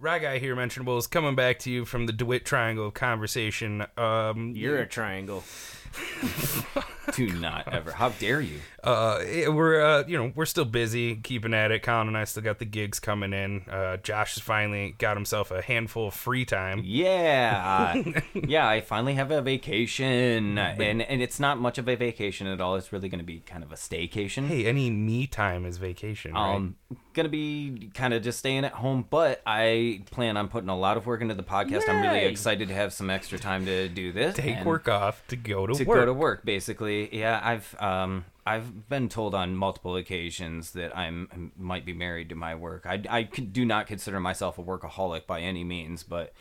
Ragai here, mentionable, is coming back to you from the DeWitt Triangle of conversation. Um, You're a triangle. Do not ever. How dare you? uh, it- we're uh, you know we're still busy keeping at it. Colin and I still got the gigs coming in. Uh, Josh has finally got himself a handful of free time. Yeah, yeah. I finally have a vacation, and and it's not much of a vacation at all. It's really going to be kind of a staycation. Hey, any me time is vacation, right? Um, gonna be kind of just staying at home, but I plan on putting a lot of work into the podcast. I'm really Yay. excited to have some extra time to do this. Take and work off to go to, to work. go to work, basically. Yeah, I've um I've been told on multiple occasions that I'm might be married to my work. I I con- do not consider myself a workaholic by any means, but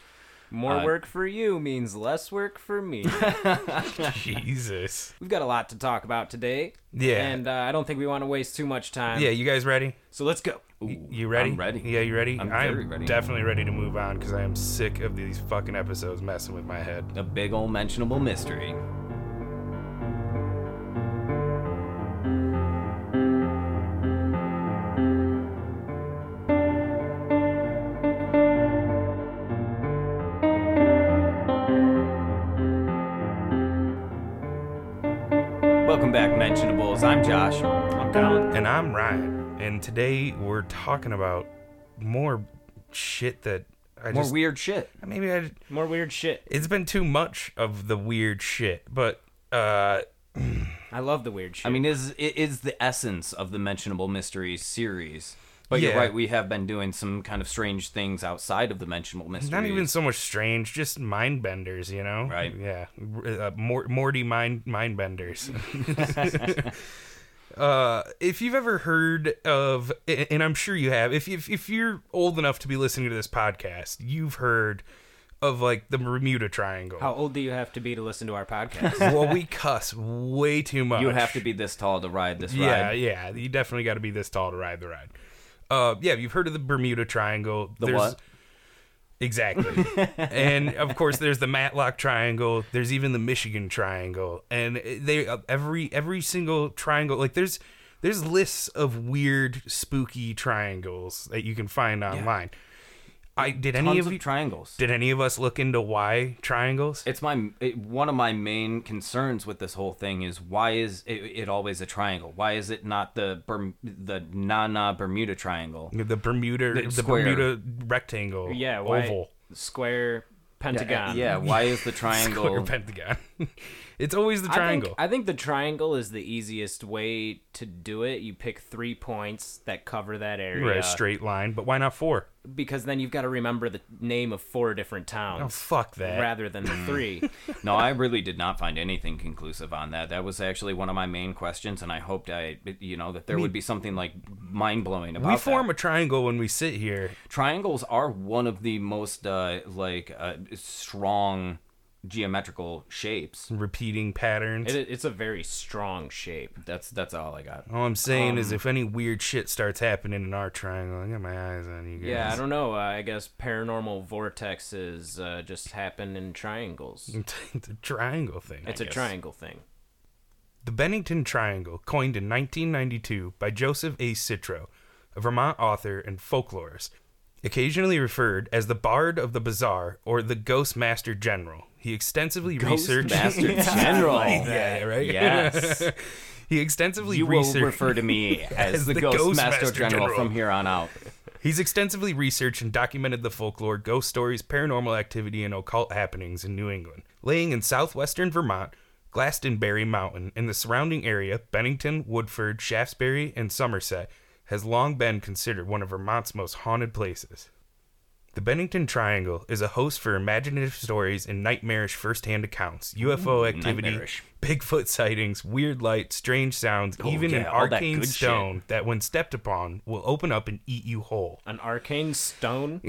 More Uh, work for you means less work for me. Jesus. We've got a lot to talk about today. Yeah. And uh, I don't think we want to waste too much time. Yeah, you guys ready? So let's go. Ooh, You ready? I'm ready. Yeah, you ready? I'm I am very ready. definitely ready to move on because I am sick of these fucking episodes messing with my head. a big old mentionable mystery. Welcome back, Mentionables. I'm Josh. I'm Colin. And I'm Ryan, and today we're talking about more shit that I More just weird shit. maybe I More weird shit. it's been too much of the weird shit, but uh I love the weird shit. I mean, is it is the essence of the mentionable mysteries series. But Yeah. you're right, we have been doing some kind of strange things outside of the mentionable mysteries. not even so much strange, just mind benders, you know? Right. Yeah, uh, Mor- Morty mind mind benders. Uh, if you've ever heard of, a- and I'm sure you have, if, if if you're old enough to be listening to this podcast, you've heard of like the Bermuda Triangle. how old do you have to be to listen to our podcast? well, we cuss way too much. you have to be this tall to ride this Yeah, ride. yeah. You definitely got to be this tall to ride the ride. Uh, yeah, you've heard of the Bermuda Triangle. The what? Exactly. and of course, there's the Matlock Triangle. There's even the Michigan Triangle. And they every every single triangle like there's there's lists of weird spooky triangles that you can find online. I did any Tons of of you triangles. did any of us look into why triangles? It's my it, one of my main concerns with this whole thing is why is it, it always a triangle? Why is it not the Berm, the Nana Bermuda Triangle? the Bermuda the, square. Bermuda rectangle yeah, why? oval. Square pentagon. Yeah, why is the Square triangle? pentagon. it's always the triangle. I think, I think the triangle is the easiest way to do it. You pick three points that cover that area. Right, a straight line, but why not four? Because then you've got to remember the name of four different Oh, towns fuck that. rather than the three. no, I really did not find anything conclusive on that. That was actually one of my main questions, and I hoped I, you know, that there would be something like mind blowing about. we that. form a triangle when we sit here. triangles are one of the most uh, like uh, strong geometrical shapes. Repeating patterns. it, it's a very strong shape. That's that's all I got. All I'm saying is, um, if any weird shit starts happening in our triangle, I got my eyes on you guys. Yeah, I don't know. Uh, I guess paranormal vortexes uh, just happen in Mm, triangles. it's a triangle thing. It's a a triangle thing. The Bennington Triangle, coined in 1992 by Joseph A. Citro, a Vermont author and folklorist, occasionally referred as the Bard of the Bazaar or the Ghost Master General. He extensively researched. Master General. yeah, right. Yes. He extensively You will researched. refer to me as, the, Ghost, Master, General, from here on out. He's extensively researched and documented the folklore, ghost stories, paranormal activity, and occult happenings in New England. Laying in southwestern Vermont, Glastonbury Mountain and the surrounding area, Bennington, Woodford, Shaftesbury, and Somerset, has long been considered one of Vermont's most haunted places. The Bennington Triangle is a host for imaginative stories and nightmarish first-hand accounts, UFO activity, nightmarish. Bigfoot sightings, weird lights, strange sounds, even an yeah, all that arcane good shit. stone that, when stepped upon, will open up and eat you whole. An arcane stone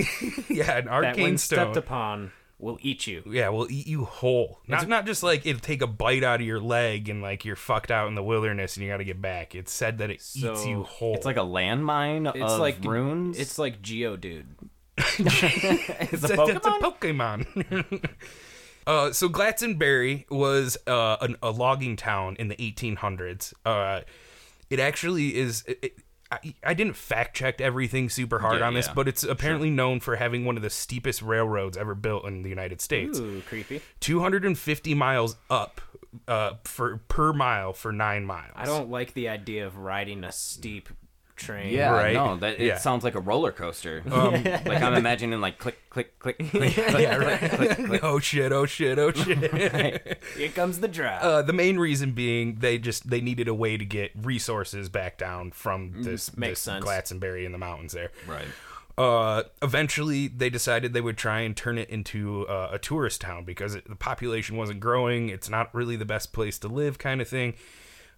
Yeah, an that, arcane when stone. stepped upon, will eat you. yeah, will eat you whole. Not not just like it'll take a bite out of your leg and like you're fucked out in the wilderness and you got to get back. It's said that it eats So, you whole. It's like a landmine It's of like runes. It's like Geodude. it's a That- that's a Pokemon. uh, so Glastonbury was uh, an, a logging town in the 1800s. Uh, it actually is. It, it- I, I didn't fact check everything super hard Yeah, on this, yeah. but it's apparently known for having one of the steepest railroads ever built in the United States. Ooh, creepy. 250 miles up uh, for per mile for nine miles. I don't like the idea of riding a steep train. Yeah, Right. no, that it Yeah. Um, sounds like a roller coaster. like I'm imagining like click, click, click, click, Yeah, right. oh shit! Oh shit! Oh shit! Here comes the drive. Uh, the main reason being they just they needed a way to get resources back down from this, makes this sense. Glatzenberry in the mountains there. right. Uh, eventually, they decided they would try and turn it into uh, a tourist town because it, the population wasn't growing. It's not really the best place to live, kind of thing.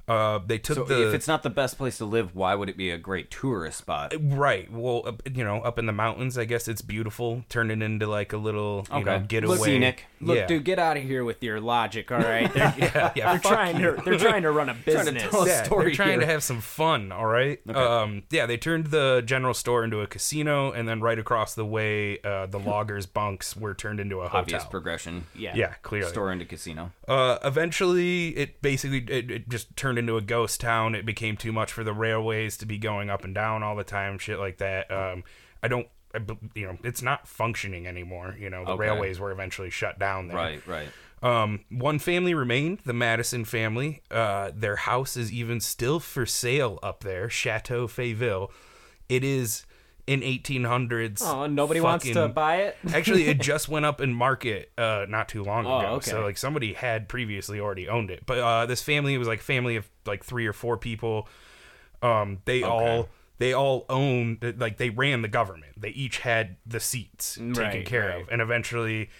Uh, they took So the if it's not the best place to live, why would it be a great tourist spot? right. Well, up, you know, up in the mountains, I guess it's beautiful. Turn it into like a little you know Okay. getaway. Scenic. Look, yeah. dude, get out of here with your logic. All right, they're, Yeah, yeah, they're fuck trying to they're trying to run a Trying to business. tell us- yeah, story They're trying to here. have some fun, all right. Um, yeah, they turned the general store into a casino, and then right across the way, uh, the loggers' bunks were turned into a Obvious hotel. progression. yeah, yeah, clearly. Store into casino. Uh, eventually, it basically it, it just turned into a ghost town. It became too much for the railways to be going up and down all the time, shit like that. Um, I don't, I, bel- you know, it's not functioning anymore. You know, the Okay. railways were eventually shut down there. Right, right. Um, one family remained, the Madison family. Uh, their house is even still for sale up there, Chateau Fayville. It is in 1800s. Oh, and nobody wants to fucking- buy it. Actually, it just went up in market uh, not too long Oh, ago. okay. So like somebody had previously already owned it, but uh, this family it was like family of like three or four people. Um, they all they all owned like they ran the government. They each had the seats taken Mm, Right, care right. of, and eventually.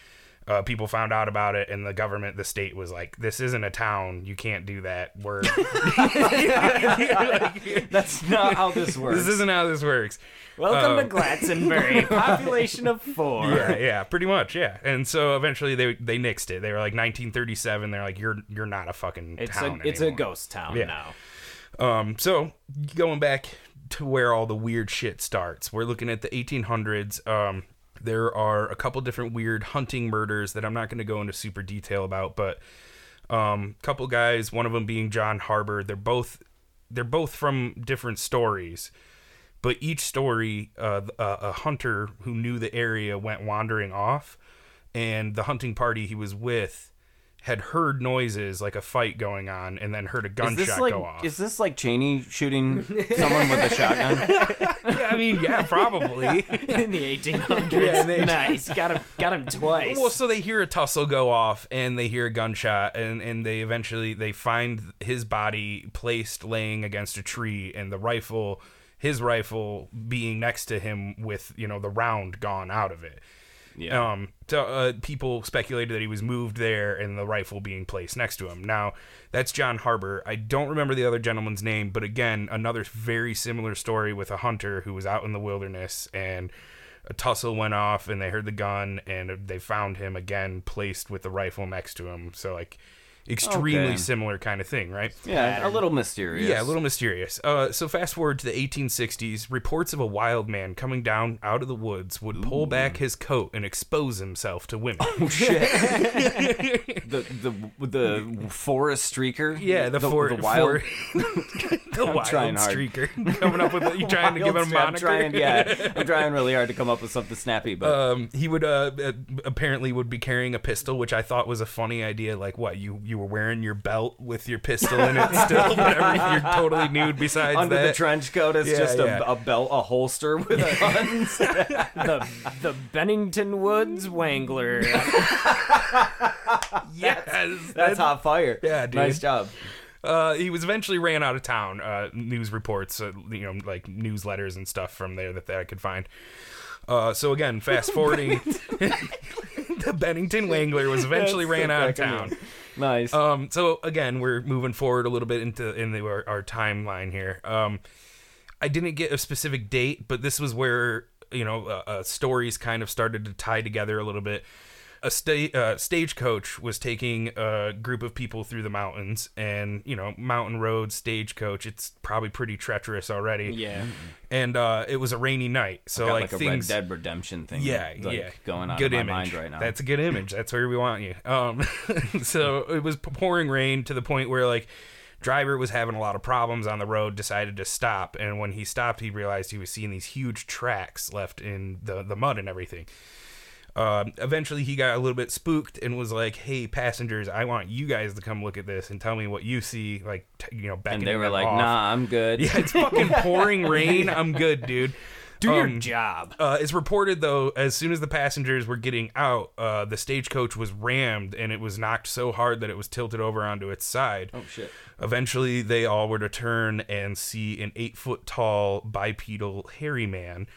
Uh, people found out about it, and the government, the state, was like, "This isn't a town. You can't do that. We're That's not how this works. this isn't how this works." Welcome to Glatzenbury, population of four. Oh. yeah, yeah, pretty much, yeah. And so eventually they they nixed it. They were like 1937. They're like, you're you're not a fucking It's town. a it's a anymore." ghost town Yeah. now. Um, so going back to where all the weird shit starts, we're looking at the 1800s. Um, there are a couple different weird hunting murders that I'm not going to go into super detail about, but um, couple guys, one of them being John Harbor. They're both they're both from different stories. But each story, uh, th- uh, a hunter who knew the area went wandering off, and the hunting party he was with had heard noises like a fight going on, and then heard a Is gunshot this like go off. is this like Cheney shooting someone with a shotgun? I mean, yeah, probably. In the 1800s, nice. Got him, got him twice. well, so they hear a tussle go off and they hear a gunshot and, and they eventually they find his body placed laying against a tree and the rifle his rifle being next to him with, you know, the round gone out of it. Yeah. Um, so uh, people speculated that he was moved there and the rifle being placed next to him. Now, that's John Harbor. I don't remember the other gentleman's name, but again, another very similar story with a hunter who was out in the wilderness and a tussle went off and they heard the gun and they found him again placed with the rifle next to him. So, like, extremely Okay. similar kind of thing, right? yeah, a little mysterious. Yeah, a little mysterious. Uh, so fast forward to the 1860s. Reports of a wild man coming down out of the woods would pull back his coat and expose himself to women. Oh, the the the forest streaker. yeah, the, for, the wild for- the wild trying hard. streaker coming up with a, you trying to give him a I'm moniker. trying, yeah, I'm trying really hard to come up with something snappy, but Um, he would uh, uh, apparently would be carrying a pistol, which I thought was a funny idea. Like, what you you were wearing your belt with your pistol in it still, whatever. You're totally nude. Besides under that, the trench coat is Yeah, just yeah. A, a belt, a holster with guns. the the Bennington Woods Wangler. yes, That's hot fire. Yeah, dude. Nice job. Uh, he was eventually ran out of town. Uh, news reports, uh, you know, like newsletters and stuff from there that, that I could find. Uh, so again, fast forwarding, the Bennington Wangler was eventually That's ran so out of fucking town. good. Nice. Um, so again, we're moving forward a little bit into in the, our, our timeline here. Um, I didn't get a specific date, but this was where you know uh, uh, stories kind of started to tie together a little bit. A sta- uh, stagecoach was taking a group of people through the mountains, and you know, mountain road stagecoach. It's probably pretty treacherous already. yeah, And uh, it was a rainy night, so Got like, like, a things. Red Dead Redemption thing. Yeah, like, yeah. Going on good in image. my mind right now. That's a good image. That's where we want you. Um, so it was pouring rain to the point where like Driver was having a lot of problems on the road, decided to stop, and when he stopped, he realized he was seeing these huge tracks left in the, the mud and everything. Um, eventually, he got a little bit spooked and was like, "Hey, passengers, I want you guys to come look at this and tell me what you see." Like, t- you know, And beckoning they were them like, off. nah, I'm good. Yeah, it's fucking pouring rain. I'm good, dude. Do your Um, job. Uh, it's reported though, as soon as the passengers were getting out, uh, the stagecoach was rammed and it was knocked so hard that it was tilted over onto its side. Oh, shit. Eventually, they all were to turn and see an eight foot tall bipedal hairy man,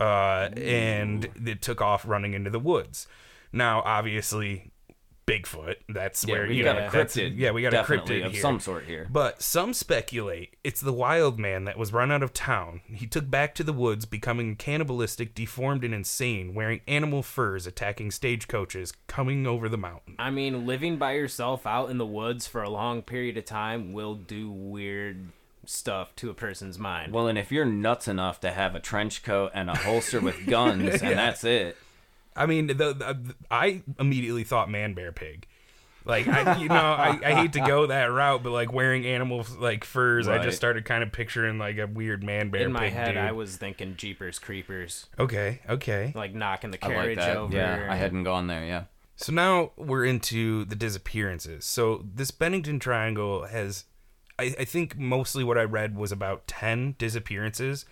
uh, and it took off running into the woods. Now, obviously, Bigfoot. That's Yeah, where we you got know, a that's- cryptid. Yeah, we got definitely a cryptid of here. some sort here. But some speculate it's the wild man that was run out of town. He took back to the woods, becoming cannibalistic, deformed, and insane, wearing animal furs, attacking stagecoaches, coming over the mountain. I mean, living by yourself out in the woods for a long period of time will do weird stuff to a person's mind. Well, and if you're nuts enough to have a trench coat and a holster with guns, and that's it, I mean, the, the, I immediately thought man, bear, pig. Like I, you know, I, I hate to go that route, but like wearing animal like furs, I Right. just started kind of picturing like a weird man bear. in my pig head, dude. I was thinking Jeepers Creepers, okay, okay. like knocking the I like carriage that. over. Yeah, I hadn't gone there. Yeah. So now we're into the disappearances. So this Bennington Triangle has, I, I think mostly what I read was about 10 disappearances.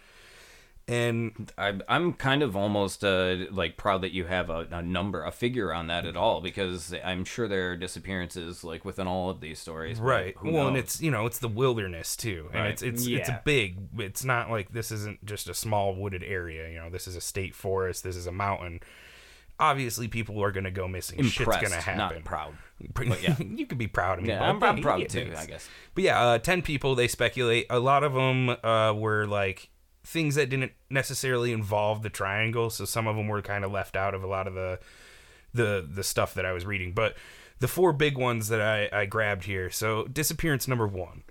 And I, I'm kind of almost uh, like proud that you have a, a number, a figure on that at all, because I'm sure there are disappearances like within all of these stories. but right, Who well, and knows? it's you know it's the wilderness too, and Right. it's it's it's Yeah. a big. It's not like this isn't just a small wooded area. You know, this is a state forest. This is a mountain. Obviously, people are going to go missing. impressed, Shit's going to happen. not proud. yeah, you could be proud of me. Yeah, bud. I'm, I'm proud Yeah, too, thanks. I guess. But yeah, uh, 10 people, they speculate. A lot of them uh, were like things that didn't necessarily involve the triangle. So some of them were kind of left out of a lot of the the the stuff that I was reading. But the four big ones that I, I grabbed here. So disappearance number one.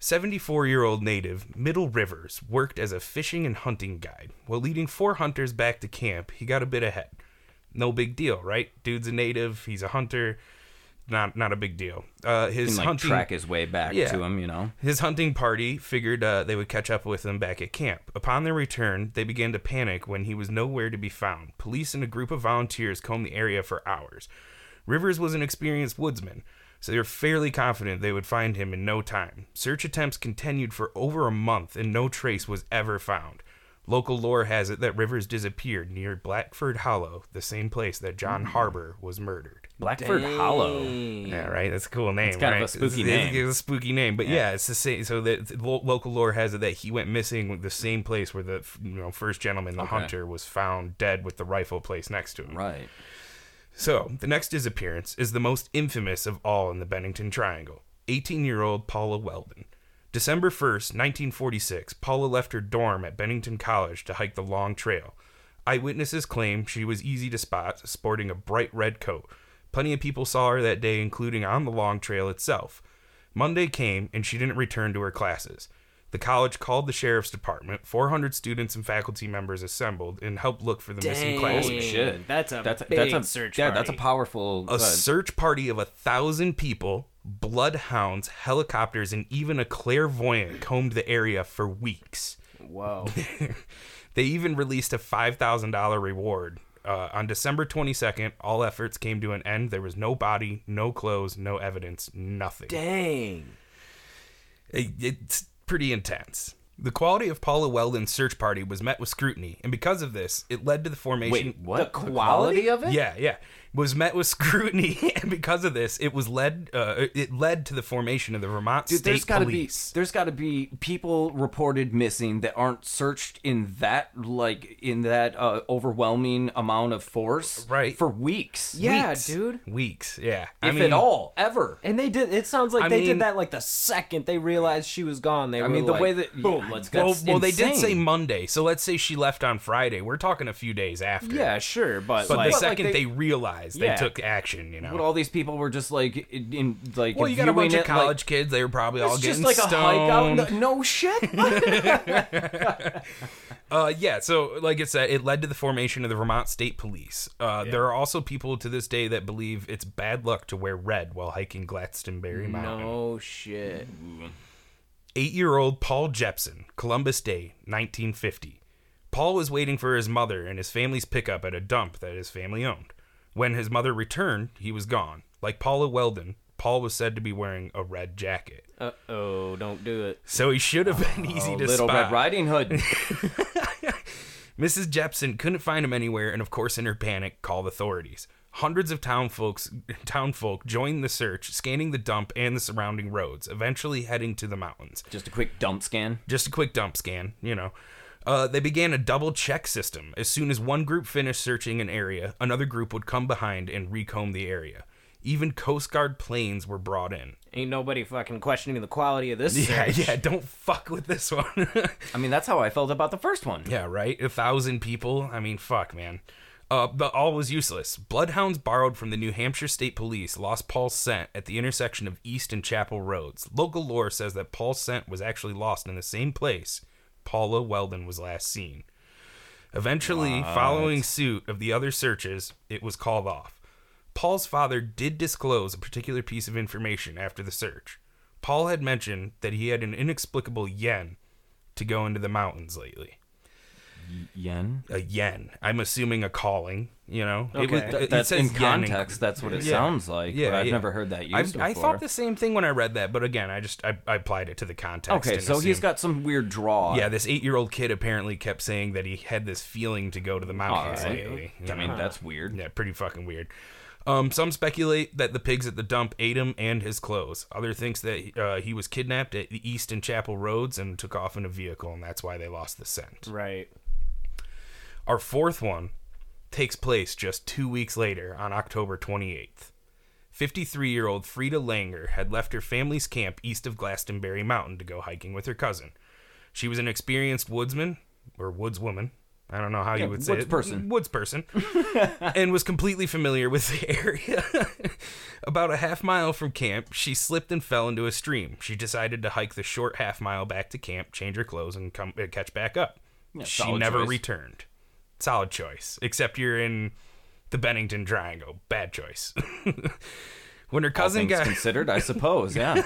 74 year old native Middle Rivers worked as a fishing and hunting guide. While leading four hunters back to camp, he got a bit ahead. No big deal, right? Dude's a native, he's a hunter. Not not a big deal. Uh, his Can like hunting track his way back Yeah. to him, you know. his hunting party figured uh, they would catch up with him back at camp. Upon their return, they began to panic when he was nowhere to be found. Police and a group of volunteers combed the area for hours. Rivers was an experienced woodsman, so they were fairly confident they would find him in no time. Search attempts continued for over a month, and no trace was ever found. Local lore has it that Rivers disappeared near Blackford Hollow, the same place that John Harbor was murdered. Blackford Hollow. Dang. Yeah, right. That's a cool name. It's kind of right? a spooky It's- it's- name. It's a spooky name, but yeah, it's the same. So the, the lo- local lore has it that he went missing with the same place where the you know first gentleman, the hunter, was found dead with the rifle placed next to him. Right. So the next disappearance is the most infamous of all in the Bennington Triangle. 18-year-old Paula Weldon. December 1st, 1946, Paula left her dorm at Bennington College to hike the Long Trail. Eyewitnesses claim she was easy to spot, sporting a bright red coat. Plenty of people saw her that day, including on the Long Trail itself. Monday came and she didn't return to her classes. The college called the sheriff's department. 400 students and faculty members assembled and helped look for the missing classmate. Holy shit. That's a That's a, big that's a search Yeah, party. that's a powerful. A uh, search party of a thousand people, bloodhounds, helicopters, and even a clairvoyant combed the area for weeks. Whoa. They even released a $5,000 reward. Uh, on December 22nd, all efforts came to an end. There was no body, no clothes, no evidence, nothing. Dang. It- it's pretty intense. The quality of Paula Weldon's search party was met with scrutiny, and because of this, it led to the formation. wait, what? The quality of it? Yeah, yeah. Was met with scrutiny, and because of this, it was led. Uh, it led to the formation of the Vermont Dude, State there's gotta Police. be there's gotta be people reported missing that aren't searched in that like in that uh, overwhelming amount of force Right. for weeks. Yeah, Weeks. dude. Weeks, yeah. if at all, ever. And they did. It sounds like I they mean- did that like the second they realized she was gone. They I were mean, the like, way that- boom, let's go. Well, That's well, they did say insane. Monday, so let's say she left on Friday. We're talking a few days after. yeah, sure, but, But like, the second they- they, realized eyes. They Yeah. took action, you know. But all these people were just like in- in like. well, you got a bunch viewing of it, like- college kids. They were probably all it's getting just like a hike out. in stoned. the- No shit. Uh, yeah, so like I said, it led to the formation of the Vermont State Police. Uh, There are also people to this day that believe it's bad luck to wear red while hiking Glastonbury Mountain. Oh, No shit. Eight year old Paul Jepson, Columbus Day, 1950. Paul was waiting for his mother and his family's pickup at a dump that his family owned. When his mother returned, he was gone. Like Paula Weldon, Paul was said to be wearing a red jacket. Uh oh, don't do it. So he should have been easy Oh, to Little spot. Red Riding Hood. Mrs. Jepson couldn't find him anywhere, and of course, in her panic, called authorities. Hundreds of town folks, town folk joined the search, scanning the dump and the surrounding roads, eventually heading to the mountains. Just a quick dump scan. Just a quick dump scan, you know. Uh, they began a double check system. As soon as one group finished searching an area, another group would come behind and recomb the area. Even Coast Guard planes were brought in. Ain't nobody fucking questioning the quality of this. Yeah, search. yeah, don't fuck with this one. I mean, that's how I felt about the first one. Yeah, right? A thousand people? I mean, fuck, man. Uh, but all was useless. Bloodhounds borrowed from the New Hampshire State Police lost Paul's scent at the intersection of East and Chapel Roads. Local lore says that Paul's scent was actually lost in the same place Paula Weldon was last seen. Eventually, following suit of the other searches, it was called off. Paul's father did disclose a particular piece of information after the search. Paul had mentioned that he had an inexplicable yen to go into the mountains lately Yen. a yen. I'm assuming a calling. You know, it was. Okay. it that's says in yen context. That's what it Yeah. sounds like. Yeah, but I've yeah. never heard that used I, before. I thought the same thing when I read that, but again, I just I, I applied it to the context. Okay, and so he's assumed- got some weird draw. Yeah, this eight-year-old kid apparently kept saying that he had this feeling to go to the All mountains right. lately. I mean, that's weird. Yeah, pretty fucking weird. Um, some speculate that the pigs at the dump ate him and his clothes. Other thinks that uh, he was kidnapped at the East and Chapel Roads and took off in a vehicle, and that's why they lost the scent. Right. Our fourth one takes place just two weeks later on October 28th. 53 year old Frida Langer had left her family's camp east of Glastonbury Mountain to go hiking with her cousin. She was an experienced woodsman, or woodswoman. I don't know how you would say it. woodsperson. Woods person. and was completely familiar with the area. About a half mile from camp, she slipped and fell into a stream. She decided to hike the short half mile back to camp, change her clothes, and come uh, catch back up. she solid never choice. returned. Solid choice. Except you're in the Bennington Triangle. Bad choice. when her All cousin things got considered, I suppose. Yeah.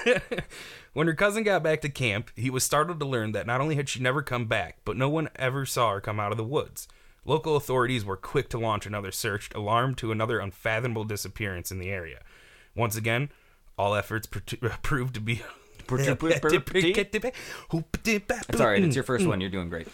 when her cousin got back to camp, he was startled to learn that not only had she never come back, but no one ever saw her come out of the woods. Local authorities were quick to launch another search, alarmed to another unfathomable disappearance in the area. Once again, all efforts pr- proved to be. it's all right. It's your first one. You're doing great.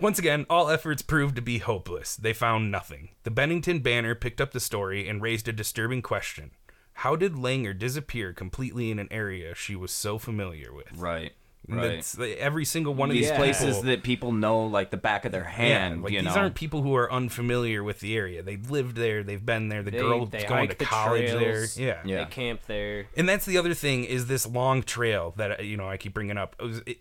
Once again, all efforts proved to be hopeless. They found nothing. The Bennington Banner picked up the story and raised a disturbing question. How did Langer disappear completely in an area she was so familiar with? Right. And Right. that's- they- every single one of These these places people- that people know like the back of their yeah, hand. like, you these know. aren't people who are unfamiliar with the area. They've lived there. They've been there. The They- girl's they going to hike the college trails. there. Yeah. Yeah. They camp there. And that's the other thing is this long trail that uh, you know I keep bringing up. It was- it-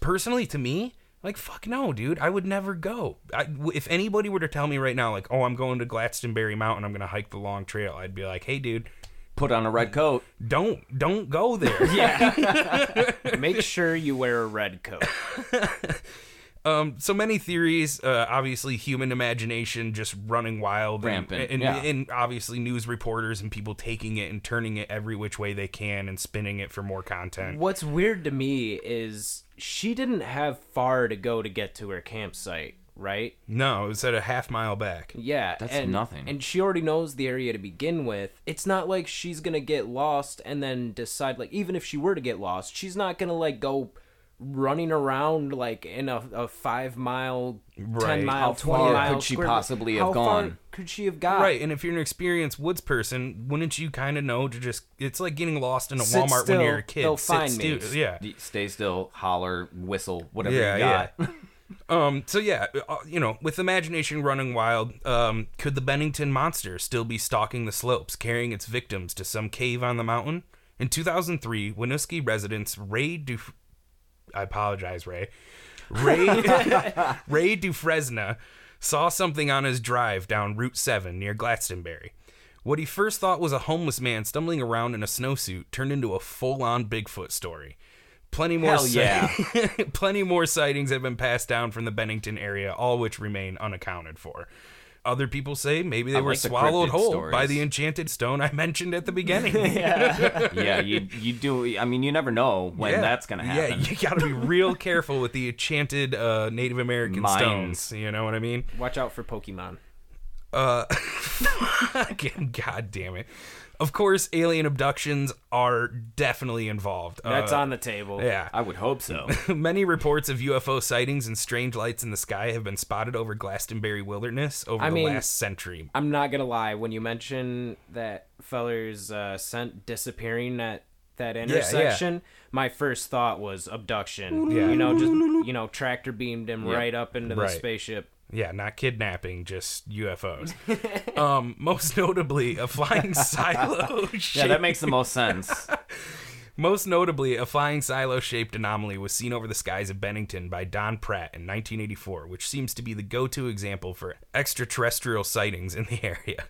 personally, to me, like fuck no, dude, I would never go. I w if anybody were to tell me right now, like, oh, I'm going to Gladstoneberry Mountain, I'm gonna hike the long trail, I'd be like, hey, dude, Put on a red coat. don't don't go there. Make sure you wear a red coat. Um, so many theories. Uh, obviously, human imagination just running wild, and- Rampant, and, yeah. and obviously news reporters and people taking it and turning it every which way they can and spinning it for more content. What's weird to me is she didn't have far to go to get to her campsite, right? No, it was at a half mile back. Yeah, That's and, nothing. And she already knows the area to begin with. It's not like she's gonna get lost and then decide like even if she were to get lost, she's not gonna like go running around like in a, a five mile, Right. ten mile, How twenty far mile. could she square- possibly have how far gone? could she have got? Right, and if you're an experienced woods person, wouldn't you kind of know to just? It's like getting lost in a Sit Walmart when still, you're a kid. they'll Sit find still- me. Yeah, Y- Stay still. Holler. Whistle. Whatever Yeah, you got. Um, so yeah, uh, you know, with imagination running wild, um, could the Bennington monster still be stalking the slopes, carrying its victims to some cave on the mountain? In 2003, Winooski residents Ray Duf- I apologize, Ray. Ray Ray Dufresne saw something on his drive down Route 7 near Glastonbury. What he first thought was a homeless man stumbling around in a snowsuit turned into a full on Bigfoot story. Plenty more, Hell yeah. plenty more sightings have been passed down from the Bennington area, all which remain unaccounted for. Other people say maybe they I were like the swallowed cryptid whole by stories. the enchanted stone I mentioned at the beginning. yeah, you you do. I mean, you never know when Yeah. that's gonna happen. Yeah, you got to be real careful with the enchanted uh, Native American Mines. stones. You know what I mean? Watch out for Pokemon. Again, God damn it. Of course, alien abductions are definitely involved. That's Uh, on the table. Yeah. I would hope so. Many reports of UFO sightings and strange lights in the sky have been spotted over Glastonbury Wilderness over I the mean- last century. I'm not gonna lie. When you mention that feller's uh, scent disappearing at that intersection, my first thought was abduction. Yeah. You know, just you know, tractor beamed him Yep. right up into the Right. spaceship. Yeah, not kidnapping, just UFOs. um, most notably, a flying silo. yeah, that makes the most sense. Most notably, a flying silo shaped anomaly was seen over the skies of Bennington by Don Pratt in 1984, which seems to be the go to example for extraterrestrial sightings in the area.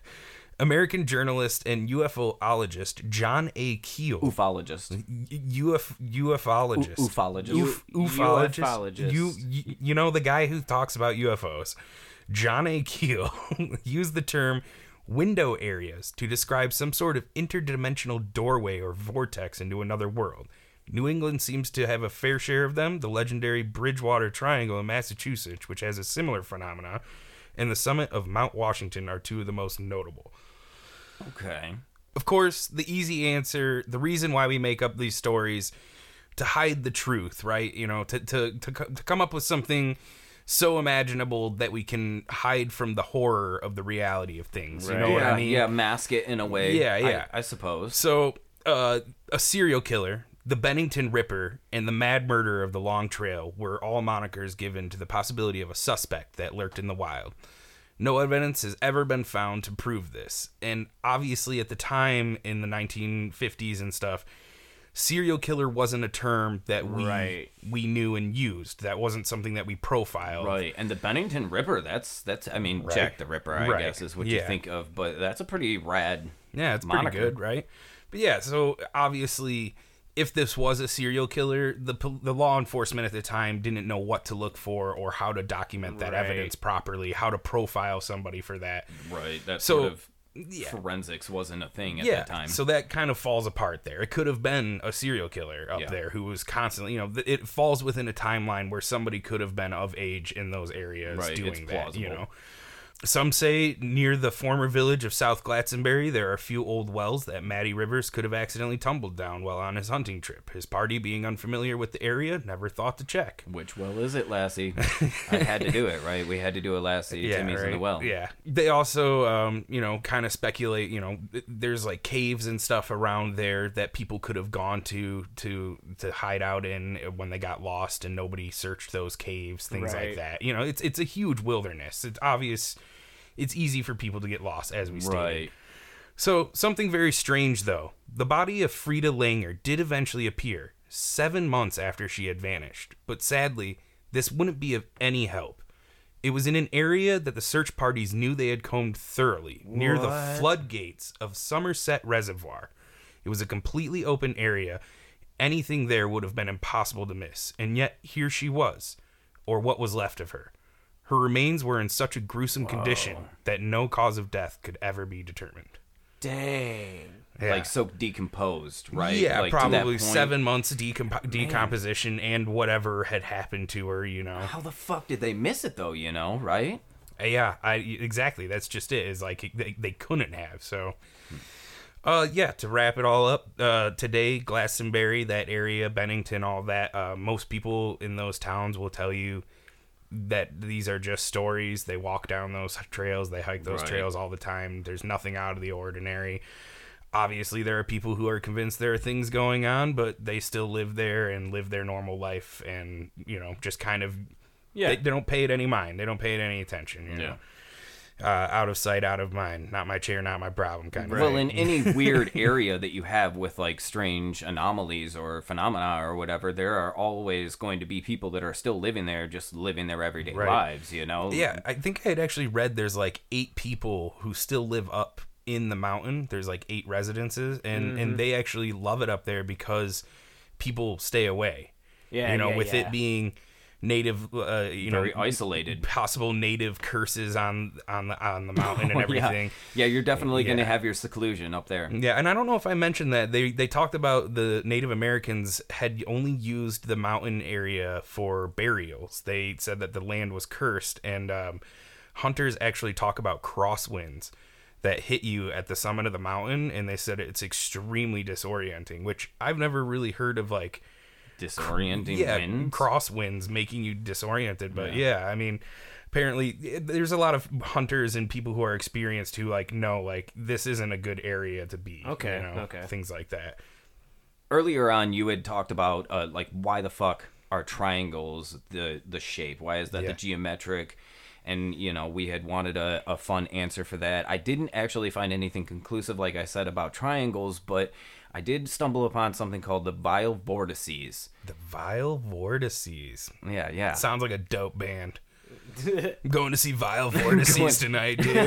American journalist and UFOologist John A. Keel, Ufologist. Uf, ufologist, U- ufologist. Uf- U- ufologist. ufologist. You, you you know the guy who talks about UFOs, John A. Keel, used the term window areas to describe some sort of interdimensional doorway or vortex into another world. New England seems to have a fair share of them. The legendary Bridgewater Triangle in Massachusetts, which has a similar phenomena, and the summit of Mount Washington are two of the most notable. Okay. Of course, the easy answer, the reason why we make up these stories to hide the truth, right? You know, to to to, co- to come up with something so imaginable that we can hide from the horror of the reality of things. You know yeah, what I mean? yeah, mask it in a way. Yeah, I- yeah. I, suppose. So, uh, a serial killer, the Bennington Ripper, and the mad murderer of the Long Trail were all monikers given to the possibility of a suspect that lurked in the wild. No evidence has ever been found to prove this. And obviously, at the time in the 1950s and stuff, serial killer wasn't a term that we Right. we knew and used. That wasn't something that we profiled. Right, and the Bennington Ripper. That's that's. I mean, Right. Jack the Ripper. I Right. guess is what Yeah. you think of, but that's a pretty rad. Yeah, it's moniker. pretty good, right? But yeah, so obviously, if this was a serial killer, the pol- the law enforcement at the time didn't know what to look for or how to document that Right. evidence properly, how to profile somebody for that. Right. That So, sort of yeah. forensics wasn't a thing at yeah, that time. so that kind of falls apart there. It could have been a serial killer up Yeah. there who was constantly, you know, th- it falls within a timeline where somebody could have been of age in those areas Right, it's doing that, you plausible. know. Some say near the former village of South Glastonbury, there are a few old wells that Matty Rivers could have accidentally tumbled down while on his hunting trip. His party, being unfamiliar with the area, never thought to check. Which well is it, Lassie? I had to do it, right? We had to do a Lassie. Timmy's in the right. well. Yeah. They also, um, you know, kind of speculate, you know, th- there's like caves and stuff around there that people could have gone to to to hide out in uh, when they got lost and nobody searched those caves, things like Right. that. You know, it's it's a huge wilderness. It's obvious. It's easy for people to get lost, as we stated. Right. So, something very strange though. The body of Frida Langer did eventually appear, seven months after she had vanished, but sadly, this wouldn't be of any help. It was in an area that the search parties knew they had combed thoroughly, near the floodgates of Somerset Reservoir. It was a completely open area. Anything there would have been impossible to miss, and yet here she was, or what was left of her. Her remains were in such a gruesome condition that no cause of death could ever be determined. Dang. Yeah. Like so decomposed, right? Yeah, Like, to that probably point- seven months decomp- decomposition and whatever had happened to her. You know, How the fuck did they miss it though? You know, right? Uh, yeah, I exactly. That's just it. Is like they, they couldn't have. So, uh, yeah. To wrap it all up, uh, today Glastonbury, that area, Bennington, all that. Uh, most people in those towns will tell you that these are just stories. They walk down those trails. They hike those Right. trails all the time. There's nothing out of the ordinary. Obviously, there are people who are convinced there are things going on, but they still live there and live their normal life, and you know, just kind of Yeah. they, they don't pay it any mind. They don't pay it any attention. You know? uh, out of sight, out of mind, not my chair, not my problem kind of Well, thing. in any weird area that you have with like strange anomalies or phenomena or whatever, there are always going to be people that are still living there, just living their everyday Right. lives, you know? Yeah, I think I had actually read there's like eight people who still live up in the mountain. There's like eight residences, and and they actually love it up there because people stay away. Yeah, you know, yeah, with yeah. it being native, uh, you Very know, isolated. possible native curses on on the on the mountain and everything. Yeah, yeah you're definitely going to Yeah. have your seclusion up there. Yeah, and I don't know if I mentioned that they they talked about the Native Americans had only used the mountain area for burials. They said that the land was cursed, and um, hunters actually talk about crosswinds that hit you at the summit of the mountain, and they said it's extremely disorienting. Which I've never really heard of, like Disorienting yeah, winds. crosswinds making you disoriented. But yeah. I mean, apparently i- there's a lot of hunters and people who are experienced who like know like this isn't a good area to be. Okay, you know, okay. things like that. Earlier on, you had talked about uh, like why the fuck are triangles the the shape? Why is that Yeah. the geometric? And you know, we had wanted a, a fun answer for that. I didn't actually find anything conclusive, like I said about triangles, but I did stumble upon something called the vile vortices. The Vile Vortices Yeah, yeah. sounds like a dope band. I'm going to see Vile Vortices tonight, dude.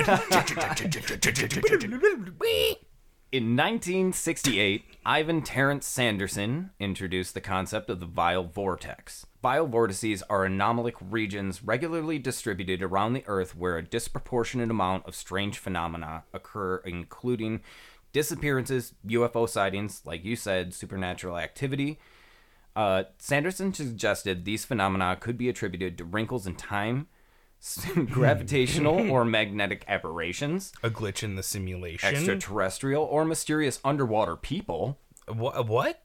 In 1968, Ivan Terence Sanderson introduced the concept of the vile vortex. Vile vortices are anomalic regions regularly distributed around the Earth where a disproportionate amount of strange phenomena occur, including disappearances, UFO sightings, like you said, supernatural activity, uh, Sanderson suggested these phenomena could be attributed to wrinkles in time, gravitational or magnetic aberrations, a glitch in the simulation. extraterrestrial or mysterious underwater people. Wha- what?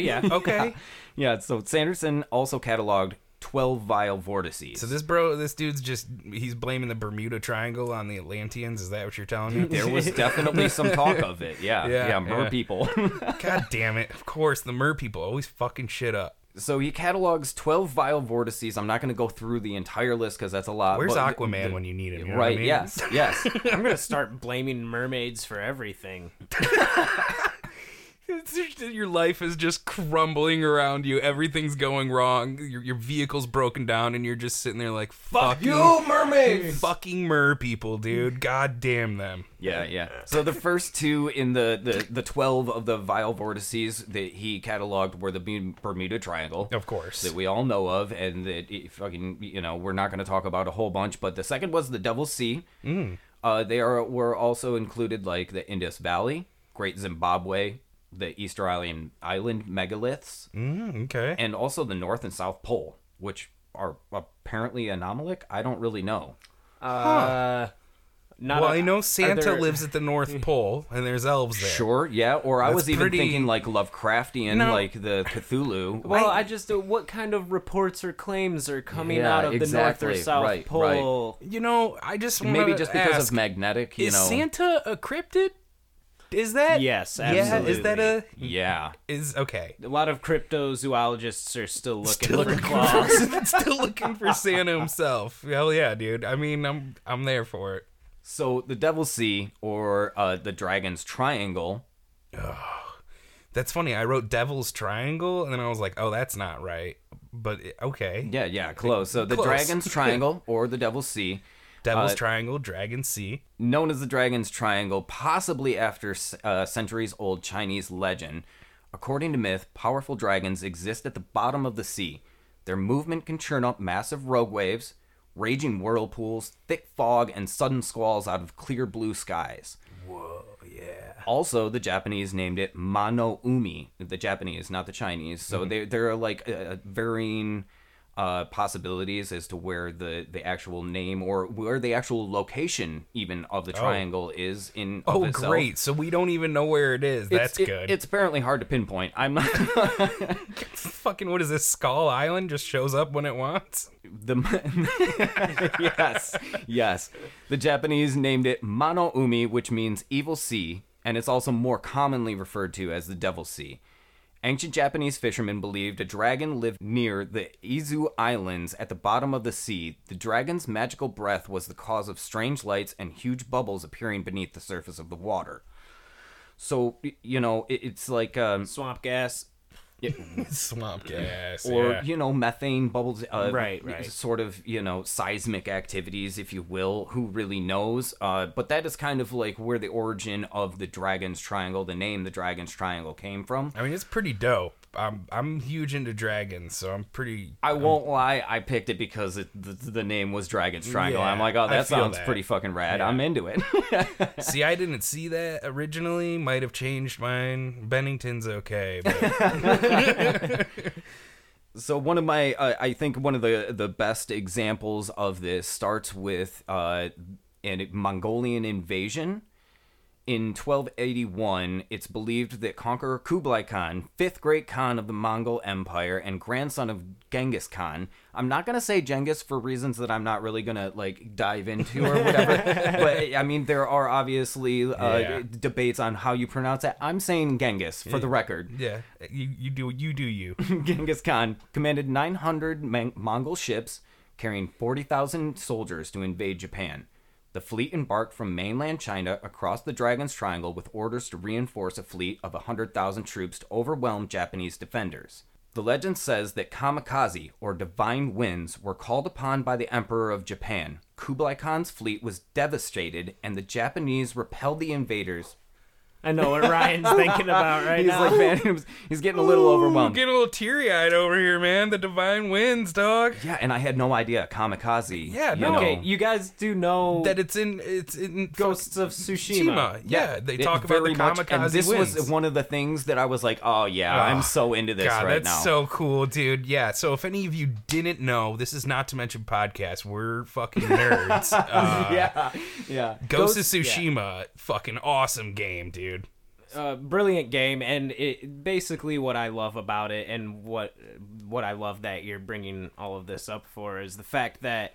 yeah. Okay. Yeah, so Sanderson also cataloged 12 vile vortices. So this bro, this dude's just—he's blaming the Bermuda Triangle on the Atlanteans. Is that what you're telling me? there was definitely some talk of it. Yeah, Yeah, yeah, mer yeah. people. God damn it. Of course, the mer people always fucking shit up. so he catalogs 12 vile vortices. I'm not going to go through the entire list because that's a lot. Where's but- Aquaman when you need him? You know what I Right, mean? yes, yes. I'm gonna start blaming mermaids for everything. It's just- your life is just crumbling around you. Everything's going wrong. Your, your vehicle's broken down, and you're just sitting there like, fuck you, mermaids! fucking mer people, dude. God damn them. Yeah, yeah. So the first two in the, the, the 12 of the vile vortices that he cataloged were the Bu- Bermuda Triangle. Of course. That we all know of, and that it fucking, you know, we're not going to talk about a whole bunch. But the second was the Devil's Sea. Mm. Uh, they are were also included like the Indus Valley, Great Zimbabwe, the Easter Island, island megaliths, Mm, okay. and also the North and South Pole, which are apparently anomalic. I don't really know. Uh, not well, a- I know are Santa there- lives at the North Pole, and there's elves there. Sure, yeah. Or I That's was even pretty- thinking like Lovecraftian, No. like the Cthulhu. Well, I just uh, what kind of reports or claims are coming Yeah, out of the exactly. North or South Right, Pole? You know, I just want Maybe just because ask, of magnetic, you is know. Santa a cryptid? Is that Yes, Yeah, is that a Yeah. is okay? A lot of cryptozoologists are still looking still for looking claws. for still looking for Santa himself. Hell yeah, dude. I mean, I'm I'm there for it. So the Devil's Sea or uh, the Dragon's Triangle. That's funny. I wrote Devil's Triangle, and then I was like, oh, that's not right. But it- okay, Yeah, yeah, close. So the Close. Dragon's Triangle or the Devil's Sea, Devil's Uh, Triangle, Dragon Sea. known as the Dragon's Triangle, possibly after uh, centuries old Chinese legend. According to myth, powerful dragons exist at the bottom of the sea. Their movement can churn up massive rogue waves, raging whirlpools, thick fog, and sudden squalls out of clear blue skies. Also, the Japanese named it Mano Umi. The Japanese, not the Chinese. So Mm-hmm. there, there are like uh, varying uh, possibilities as to where the, the actual name or where the actual location even of the triangle is in. of Oh, itself. great. So we don't even know where it is. It's- that's it- good. It's apparently hard to pinpoint. I'm not fucking what is this? Skull Island just shows up when it wants. the. yes, yes. The Japanese named it Mano Umi, which means evil sea, and it's also more commonly referred to as the Devil Sea. Ancient Japanese fishermen believed a dragon lived near the Izu Islands at the bottom of the sea. The dragon's magical breath was the cause of strange lights and huge bubbles appearing beneath the surface of the water. So, y- you know, it, it's like um, Swamp gas. Swamp gas. or yeah. you know methane bubbles uh, Right, right. sort of you know seismic activities if you will who really knows uh, but that is kind of like where the origin of the dragon's triangle the name the dragon's triangle came from I mean, it's pretty dope. I'm I'm huge into dragons, so I'm pretty. I won't lie, I picked it because it, the, the name was Dragon's Triangle. Yeah, I'm like, oh, I that feel sounds that. pretty fucking rad. I'm into it. see, I didn't see that originally. Might have changed mine. Bennington's okay, but so one of my uh, i think one of the the best examples of this starts with uh an mongolian invasion in 1281 it's believed that conqueror kublai khan fifth great khan of the mongol empire and grandson of genghis khan i'm not going to say genghis for reasons that i'm not really going to like dive into or whatever but i mean there are obviously uh, Yeah. debates on how you pronounce it i'm saying genghis for the record yeah, you you do you do you. Genghis Khan commanded 900 Mon- Mongol ships carrying 40,000 soldiers to invade Japan. The fleet embarked from mainland China across the Dragon's Triangle with orders to reinforce a fleet of 100,000 troops to overwhelm Japanese defenders. The legend says that kamikaze, or divine winds, were called upon by the Emperor of Japan. Kublai Khan's fleet was devastated, and the Japanese repelled the invaders. I know what Ryan's thinking about right He's now. like, man, he was- he's getting a little overwhelmed. Getting a little teary eyed over here, man. The divine wins, dog. Yeah, and I had no idea kamikaze. Yeah, you no. know. okay, you guys do know That it's in it's in Ghosts of Tsushima. Tsushima. Yeah, they It talk about the very much- kamikaze And this winds. was one of the things that I was like, oh yeah, I'm so into this Ah, God, right that's now. so cool, dude. Yeah. So if any of you didn't know, this is not to mention podcast. We're fucking nerds. Uh, yeah, yeah. Ghost, Ghost- of Tsushima, fucking awesome game, dude. uh, brilliant game, and it basically what I love about it, and what what I love that you're bringing all of this up for is the fact that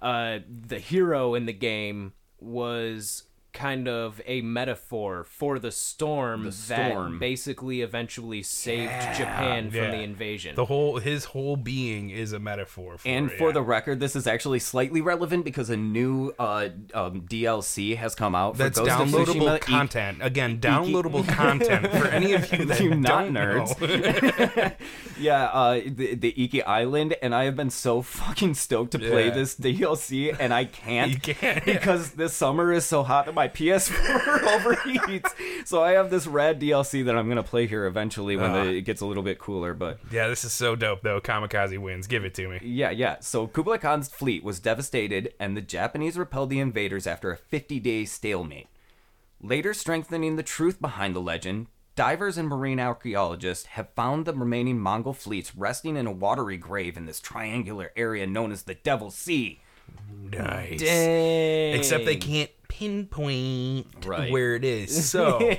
uh, the hero in the game was kind of a metaphor for the storm, storm. that basically eventually saved Japan from yeah. the invasion. The whole his whole being is a metaphor for And it, for yeah. the record, this is actually slightly relevant because a new uh, um, DLC has come out. For that's Ghost of downloadable Tsushima. E- content. Again, downloadable content for any of you that You not don't nerds. know. Yeah, uh, the, the Iki Island, and I have been so fucking stoked to play Yeah. this DLC, and I can't, You can't, yeah. because this summer is so hot that my PS4 overheats. So I have this rad DLC that I'm gonna play here eventually when Ah. the, it gets a little bit cooler. But yeah, this is so dope though. Kamikaze wins. Give it to me. yeah, yeah. So Kublai Khan's fleet was devastated, and the Japanese repelled the invaders after a 50-day stalemate. Later strengthening the truth behind the legend, divers and marine archaeologists have found the remaining Mongol fleets resting in a watery grave in this triangular area known as the Devil's Sea. Nice. Dang. Except they can't pinpoint Right. where it is. So I Yeah, they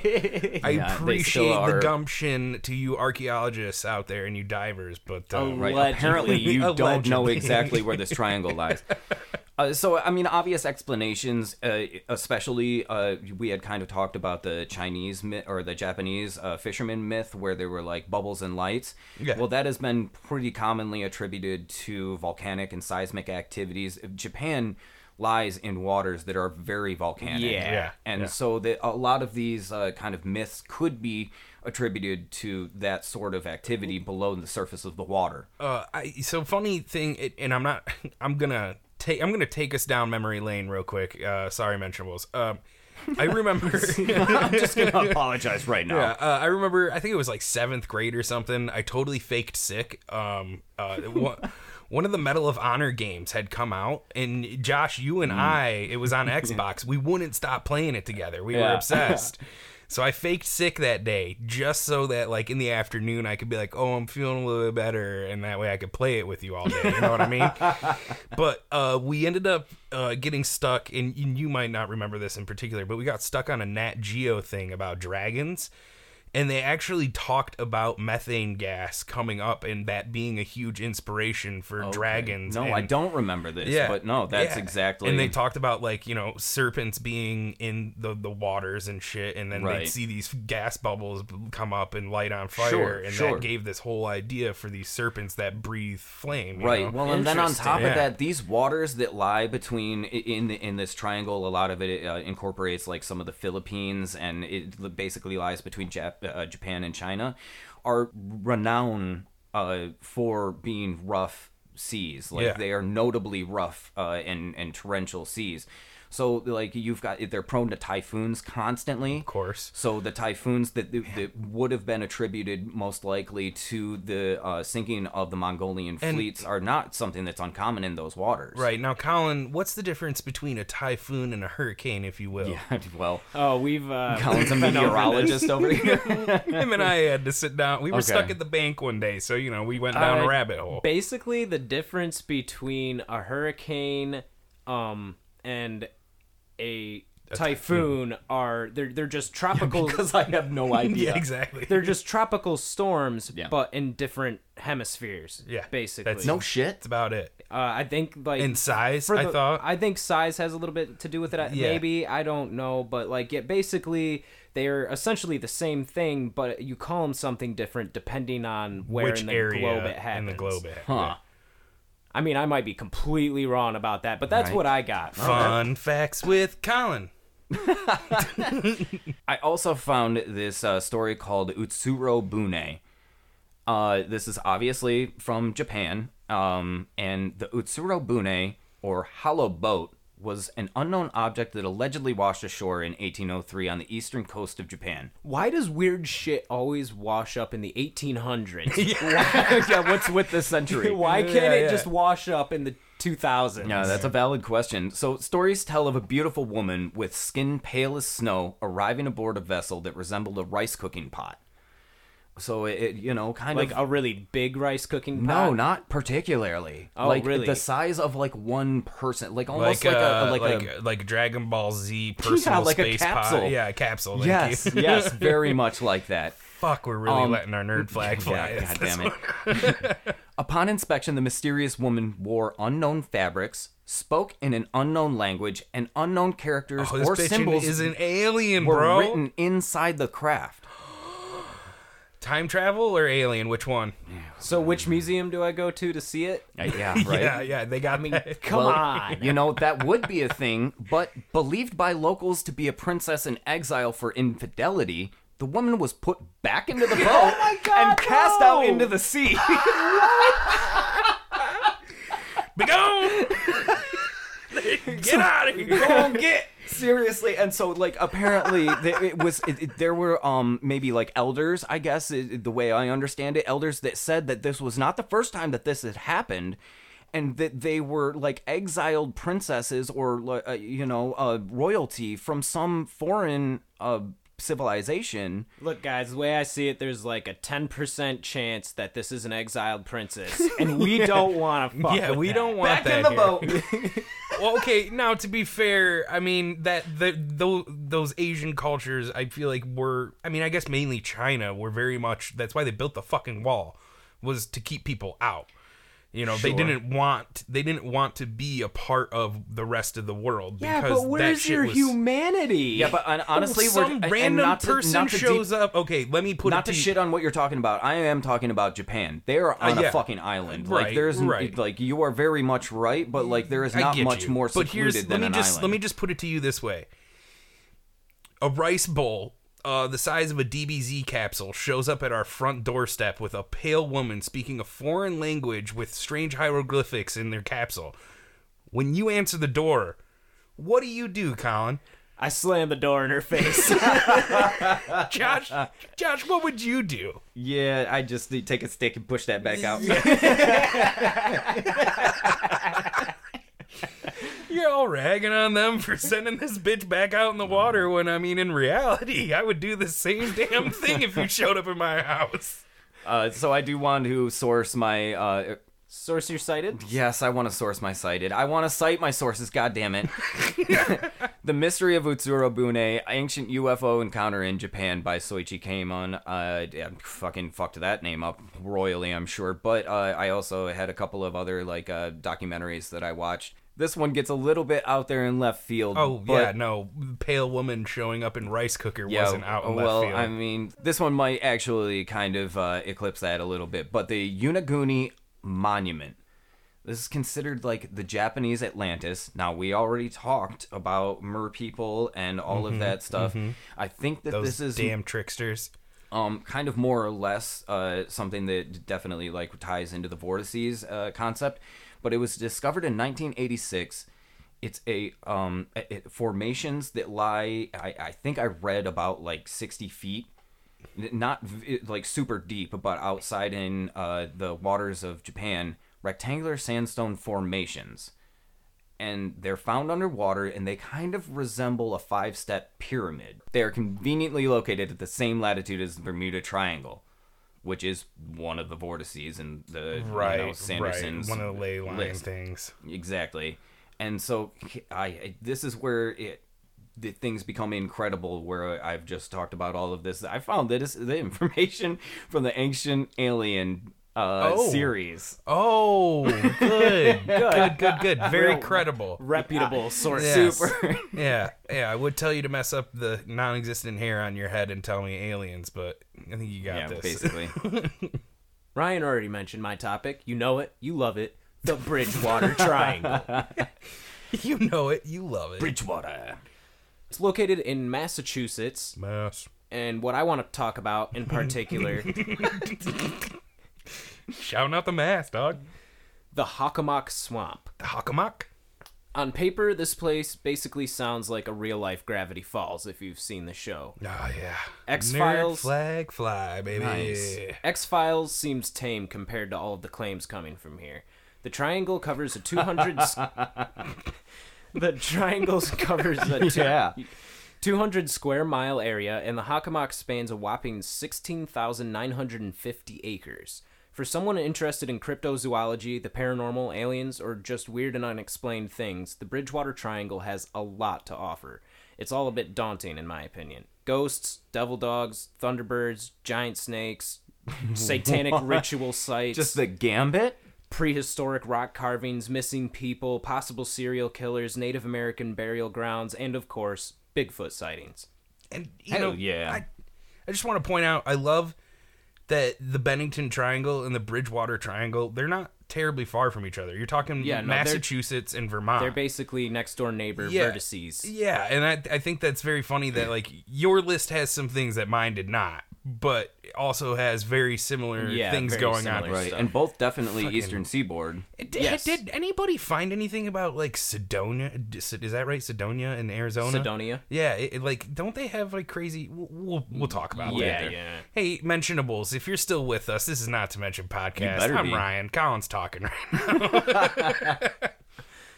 still appreciate the are- gumption to you archaeologists out there and you divers, but uh, Oh, Right. Allegedly. Apparently, you don't know Allegedly. exactly where this triangle lies. Uh, so, I mean, obvious explanations, uh, especially uh, we had kind of talked about the Chinese myth or the Japanese uh, fisherman myth where there were like bubbles and lights. Yeah. Well, that has been pretty commonly attributed to volcanic and seismic activities. Japan lies in waters that are very volcanic. Yeah. Yeah. And so the, a lot of these uh, kind of myths could be attributed to that sort of activity below the surface of the water. uh, I, so funny thing, it, and I'm not. I'm gonna take. I'm gonna take us down memory lane real quick. Uh, sorry, mentionables. Um, I remember. Just gonna apologize right now. Yeah, uh, I remember. I think it was like seventh grade or something. I totally faked sick. Um, uh, one, one of the Medal of Honor games had come out, and Josh, you and I, it was on Xbox. We wouldn't stop playing it together. We were Yeah. obsessed. So I faked sick that day just so that, like, in the afternoon, I could be like, "Oh, I'm feeling a little bit better," and that way I could play it with you all day. You know what I mean? but uh, we ended up uh, getting stuck, and you you might not remember this in particular, but we got stuck on a Nat Geo thing about dragons. and they actually talked about methane gas coming up and that being a huge inspiration for dragons. No, and, I don't remember this. but no, that's yeah. exactly. And they talked about like you know serpents being in the the waters and shit, and then Right. they'd see these gas bubbles come up and light on fire, Sure, and sure. that gave this whole idea for these serpents that breathe flame. you Right. know? Well, and then on Interesting. top Yeah. of that, these waters that lie between i- in the, in this triangle, a lot of it uh, incorporates like some of the Philippines, and it li- basically lies between Jap- uh, Japan and China, are renowned uh, for being rough seas. Like Yeah. they are notably rough uh, and and torrential seas. So like you've got they're prone to typhoons constantly. Of course. so the typhoons that that would have been attributed most likely to the uh, sinking of the Mongolian fleets are not something that's uncommon in those waters. Right now, Colin, what's the difference between a typhoon and a hurricane, if you will? Yeah, well, Oh, we've uh, Colin's a been over this. meteorologist over here. Him and I had to sit down. We were Okay. stuck at the bank one day, so you know we went down Uh, a rabbit hole. Basically, the difference between a hurricane um, and a, typhoon, are they're they're just tropical. Because I have no idea. yeah, exactly. they're just tropical storms, Yeah. but in different hemispheres. Yeah, basically. that's- No shit. That's about it. uh, I think like In size, for I the- thought. I think size has a little bit to do with it. I- Yeah. Maybe I don't know, but like yeah, basically they're essentially the same thing, but you call them something different depending on where Which in the area globe it happens. in the globe it happened. Huh. I mean, I might be completely wrong about that, but that's Right. what I got. Fun facts with Colin. I also found this uh, story called Utsuro Bune. Uh, this is obviously from Japan, um, and the Utsuro Bune, or hollow boat, was an unknown object that allegedly washed ashore in 1803 on the eastern coast of Japan. Why does weird shit always wash up in the 1800s? Why, yeah, what's with The century. Why can't Yeah, it yeah. just wash up in the 2000s? Yeah, that's a valid question. So, stories tell of a beautiful woman with skin pale as snow arriving aboard a vessel that resembled a rice cooking pot. So, it, it, you know, kind like of. a really big rice cooking pot. No, not particularly. Uh, Oh, like really? the size of like one person, like Like, almost like, like, a, uh, like, like, like, a. Dragon Ball Z personal like a space capsule. pod. Yeah, a capsule. Thank Yes, you. yes, very much like that. Fuck, we're really letting our nerd flag fly. Yeah, God That's damn it. Upon inspection, the mysterious woman wore unknown fabrics, spoke in an unknown language, and unknown characters Oh, this or bitch symbols is an alien, were bro. written inside the craft. Time travel or alien? Which one? So which museum do I go to to see it? Uh, yeah, right. Yeah, yeah, they got me. Come Well, on. You know, that would be a thing, but believed by locals to be a princess in exile for infidelity, the woman was put back into the boat Oh God, and cast out no! into the sea. Begone! Get out of here! Go on, get. Seriously, and so like apparently th- it was it, it- there were um maybe like elders, I guess i- the way I understand it, elders that said that this was not the first time that this had happened. And that they were like exiled princesses or like, uh, you know uh, royalty from some foreign uh, civilization, Look, guys, the way I see it, there's like a 10% chance that this is an exiled princess, and we don't want to fuck Yeah, with we that. don't want back that in the here. boat. well, okay. Now, to be fair, I mean that the those, those Asian cultures, I feel like were, I mean, I guess mainly China were very much. That's why they built the fucking wall, was to keep people out. You know, they Sure. didn't want they didn't want to be a part of the rest of the world Yeah, because but that where's shit your was. humanity? yeah, but hon- honestly, we're- some and- and random not to- person not to deep- shows up. Okay, let me put not it to to you- shit on what you're talking about. I am talking about Japan. They are on Uh, yeah. a fucking island. like Right, there's n- right. like you are very much right, but like there is I not get much you. more but secluded here's, than let me an just, island. Let me just put it to you this way: a rice bowl, uh, the size of a DBZ capsule, shows up at our front doorstep with a pale woman speaking a foreign language with strange hieroglyphics in their capsule. When you answer the door, what do you do, Colin? I slammed the door in her face. Josh, Josh, what would you do? yeah, I just need to take a stick and push that back out. You're all ragging on them for sending this bitch back out in the water when, I mean, in reality, I would do the same damn thing if you showed up in my house. uh, so I do want to source my. Uh, Source you're cited? yes, I want to source my cited. I want to cite my sources. God damn it. The Mystery of Utsurobune, Ancient UFO Encounter in Japan by Soichi Kaimon. Uh, yeah, fucking fucked that name up royally, I'm sure. But uh, I also had a couple of other like uh, documentaries that I watched. This one gets a little bit out there in left field. Oh but- yeah, no, pale woman showing up in rice cooker wasn't out in left well, field. I mean, this one might actually kind of uh, eclipse that a little bit. But the Unaguni Monument. This is considered like the Japanese Atlantis. Now we already talked about mer people and all of that stuff. I think that Mm-hmm, Those this is damn tricksters. um, kind of more or less uh, something that definitely like ties into the vortices uh, concept. But it was discovered in 1986. It's a um, a- it- formations that lie. I, I think I read about like 60 feet, N- not v- it- like super deep, but outside in uh, the waters of Japan. Rectangular sandstone formations. And they're found underwater and they kind of resemble a five step pyramid. They are conveniently located at the same latitude as the Bermuda Triangle, which is one of the vortices in the Right, you know, Sanderson's right. One of the ley line list. things. Exactly. And so I, I this is where it the things become incredible where I've just talked about all of this. I found this the information from the ancient alien uh Oh. series. Oh, good, good, good, good. Very credible. reputable source. Yes. Super. yeah, yeah. I would tell you to mess up the non-existent hair on your head and tell me aliens, but I think you got Yeah, this. basically. Ryan already mentioned my topic. You know it. You love it. The Bridgewater Triangle. you know it. You love it. Bridgewater. It's located in Massachusetts, Mass. and what I want to talk about in particular, Shouting out the mass, dog. the Hockomock Swamp. The Hockamock. On paper, this place basically sounds like a real life Gravity Falls if you've seen the show. Oh yeah. X-Files. Nerd flag fly, baby. Nice. X Files seems tame compared to all of the claims coming from here. The triangle covers a 200. s- the triangles covers a two- Yeah. 200 square mile area, and the Hockomock spans a whopping 16,950 acres. For someone interested in cryptozoology, the paranormal, aliens, or just weird and unexplained things, the Bridgewater Triangle has a lot to offer. It's all a bit daunting, in my opinion. Ghosts, devil dogs, thunderbirds, giant snakes, satanic ritual sites Just the gambit? prehistoric rock carvings, missing people, possible serial killers, Native American burial grounds, and of course, Bigfoot sightings. And you Hell know, yeah. I, I just want to point out, I love that the Bennington Triangle and the Bridgewater Triangle, they're not terribly far from each other. You're talking Yeah, no, they're- Massachusetts and Vermont. They're basically next door neighbor Yeah. vertices. Yeah, and I, I think that's very funny that like your list has some things that mine did not, but also has very similar Yeah, things very going on. similar. Right. Stuff. And both definitely Eastern Seaboard. Did, Yes. did anybody find anything about like Sedonia? Is that right? Sedonia in Arizona. Sedonia. Yeah, it, it, like don't they have like crazy? We'll we'll, we'll talk about it Yeah, later. yeah. Hey, mentionables, if you're still with us, this is not to mention podcast. better I'm be. Ryan. Colin's talking right now.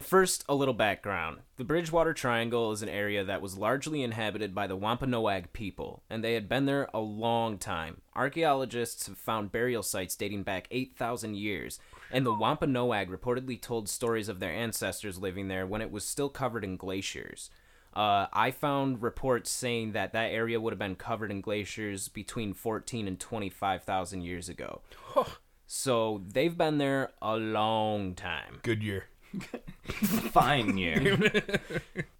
First, a little background. The Bridgewater Triangle is an area that was largely inhabited by the Wampanoag people, and they had been there a long time. Archaeologists have found burial sites dating back 8,000 years, and the Wampanoag reportedly told stories of their ancestors living there when it was still covered in glaciers. Uh, I found reports saying that that area would have been covered in glaciers between 14 and 25,000 years ago. So they've been there a long time. Goodyear. Fine year.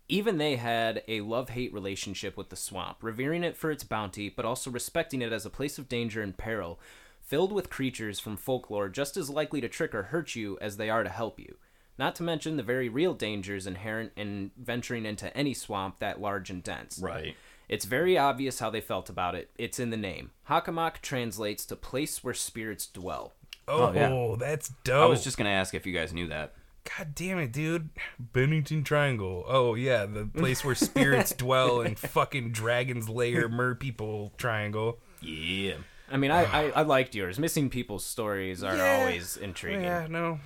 Even they had a love hate relationship with the swamp, revering it for its bounty, but also respecting it as a place of danger and peril, filled with creatures from folklore just as likely to trick or hurt you as they are to help you. Not to mention the very real dangers inherent in venturing into any swamp that large and dense. right. It's very obvious how they felt about it. It's in the name. Hakamak translates to place where spirits dwell. Oh, yeah. that's I dope. was just gonna ask if you guys knew that. God damn it, dude. Bennington Triangle. Oh, yeah, the place where spirits dwell and fucking dragons lair mer people triangle. Yeah. I mean, I, I, I liked yours. Missing people's stories are Yeah. always intriguing. Yeah, no.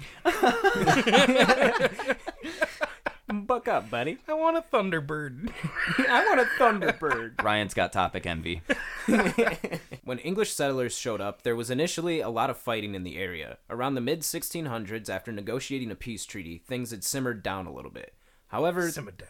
Buck up, buddy. I want a Thunderbird. I want a Thunderbird. Ryan's got topic envy. when English settlers showed up, there was initially a lot of fighting in the area. Around the mid 1600s, after negotiating a peace treaty, things had simmered down a little bit. However, Simmer down.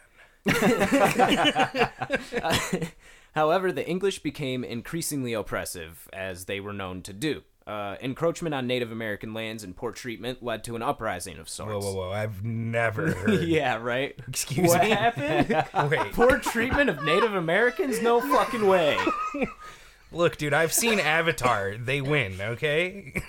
However, the English became increasingly oppressive, as they were known to do. Uh, encroachment on Native American lands and poor treatment led to an uprising of sorts. Whoa, whoa, whoa! I've never heard. Yeah, right. Excuse what me? happened? Wait, poor treatment of Native Americans? No fucking way. look, dude. I've seen Avatar. They win. Okay.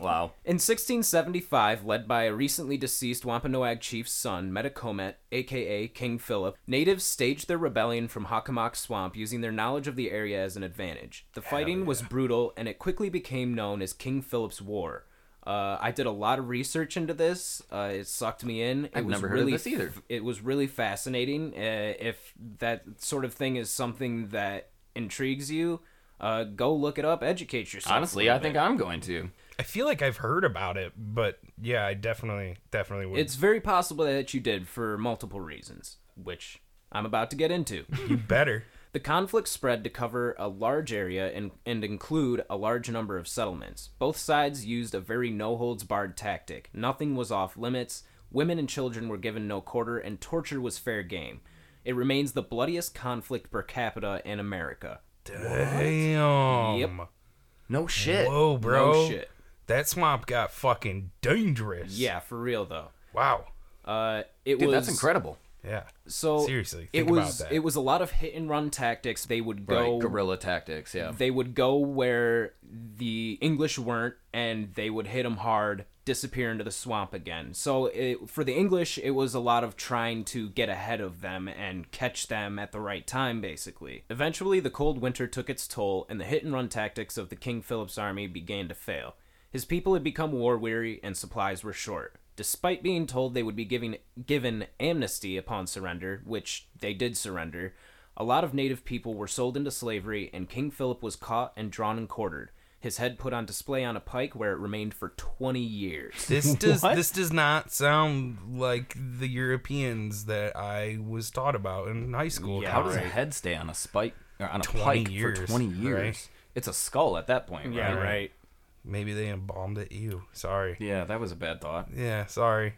Wow. In 1675, led by a recently deceased Wampanoag chief's son, Metacomet, aka King Philip, natives staged their rebellion from Hockomock Swamp using their knowledge of the area as an advantage. The fighting was brutal, and it quickly became known as King Philip's War. Uh, I did a lot of research into this. Uh, it sucked me in. It I've was never heard of really this either. f- it was really fascinating. Uh, if that sort of thing is something that intrigues you, uh, go look it up. Educate yourself. a Honestly, little I bit. think I'm going to. I feel like I've heard about it, but yeah, I definitely, definitely would. It's very possible that you did for multiple reasons, which I'm about to get into. you better. the conflict spread to cover a large area and, and include a large number of settlements. Both sides used a very no holds barred tactic. Nothing was off limits, women and children were given no quarter, and torture was fair game. It remains the bloodiest conflict per capita in America. Damn. Yep. No shit. Whoa, Um, bro. shit. That swamp got fucking dangerous. Yeah, for real though. Wow. Uh, it Dude, was that's incredible. Yeah. So Seriously, it think about was that. it was a lot of hit and run tactics. They would go Right. Guerrilla tactics, yeah. they would go where the English weren't, and they would hit them hard, disappear into the swamp again. So it, for the English, it was a lot of trying to get ahead of them and catch them at the right time, basically. Eventually, the cold winter took its toll, and the hit and run tactics of the King Philip's army began to fail. His people had become war weary, and supplies were short. Despite being told they would be giving, given amnesty upon surrender, which they did surrender, a lot of native people were sold into slavery, and King Philip was caught and drawn and quartered. His head put on display on a pike where it remained for 20 years. This does this does not sound like the Europeans that I was taught about in high school. Yeah, How does a right. head stay on a spike or on a 20 pike for years, 20 years? right? It's a skull at that point, right? right. Maybe they embalmed it. You sorry. Yeah, that was a bad thought. Yeah, sorry.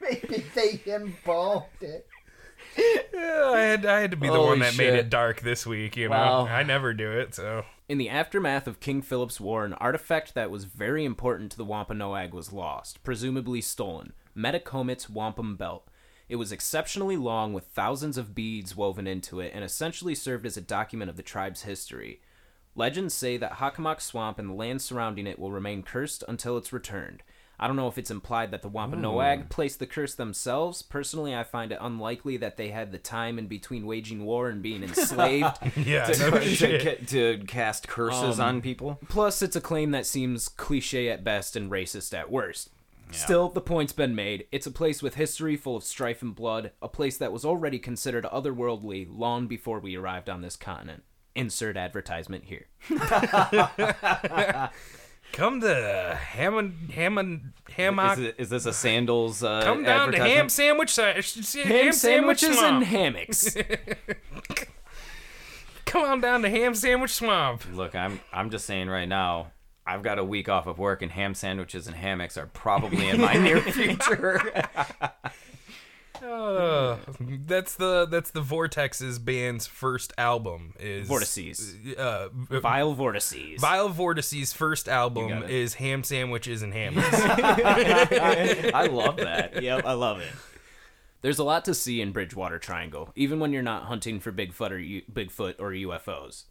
Maybe they involved it. Yeah, I had I had to be the Holy one that made shit. it dark this week. You know, Wow. I never do it. So In the aftermath of King Philip's War, an artifact that was very important to the Wampanoag was lost, presumably stolen Metacomet's wampum belt. It was exceptionally long, with thousands of beads woven into it, and essentially served as a document of the tribe's history. Legends say that Hockomock Swamp and the land surrounding it will remain cursed until it's returned. I don't know if it's implied that the Hmm. Wampanoag placed the curse themselves. Personally, I find it unlikely that they had the time in between waging war and being enslaved yeah, to, no to shit. ca- to cast curses on people. Plus, it's a claim that seems cliche at best and racist at worst. Still, the point's been made. It's a place with history full of strife and blood, a place that was already considered otherworldly long before we arrived on this continent. Insert advertisement here. Come to Hammond Hammond Hammock. Is, it, is this a sandals? Uh, Come down to advertisement? ham sandwich. Ham, ham Ham sandwiches and swamp. hammocks. Come on down to ham sandwich swamp. Look, I'm I'm just saying right now. I've got a week off of work, and ham sandwiches and hammocks are probably in my near future. Uh, that's the that's the Vortexes band's first album is Vortices. Uh, Vile vortices. Vile Vortices' first album got it. is Ham Sandwiches and Hammocks. I love that. yep, I love it. There's a lot to see in Bridgewater Triangle, even when you're not hunting for Bigfoot or U- Bigfoot or UFOs.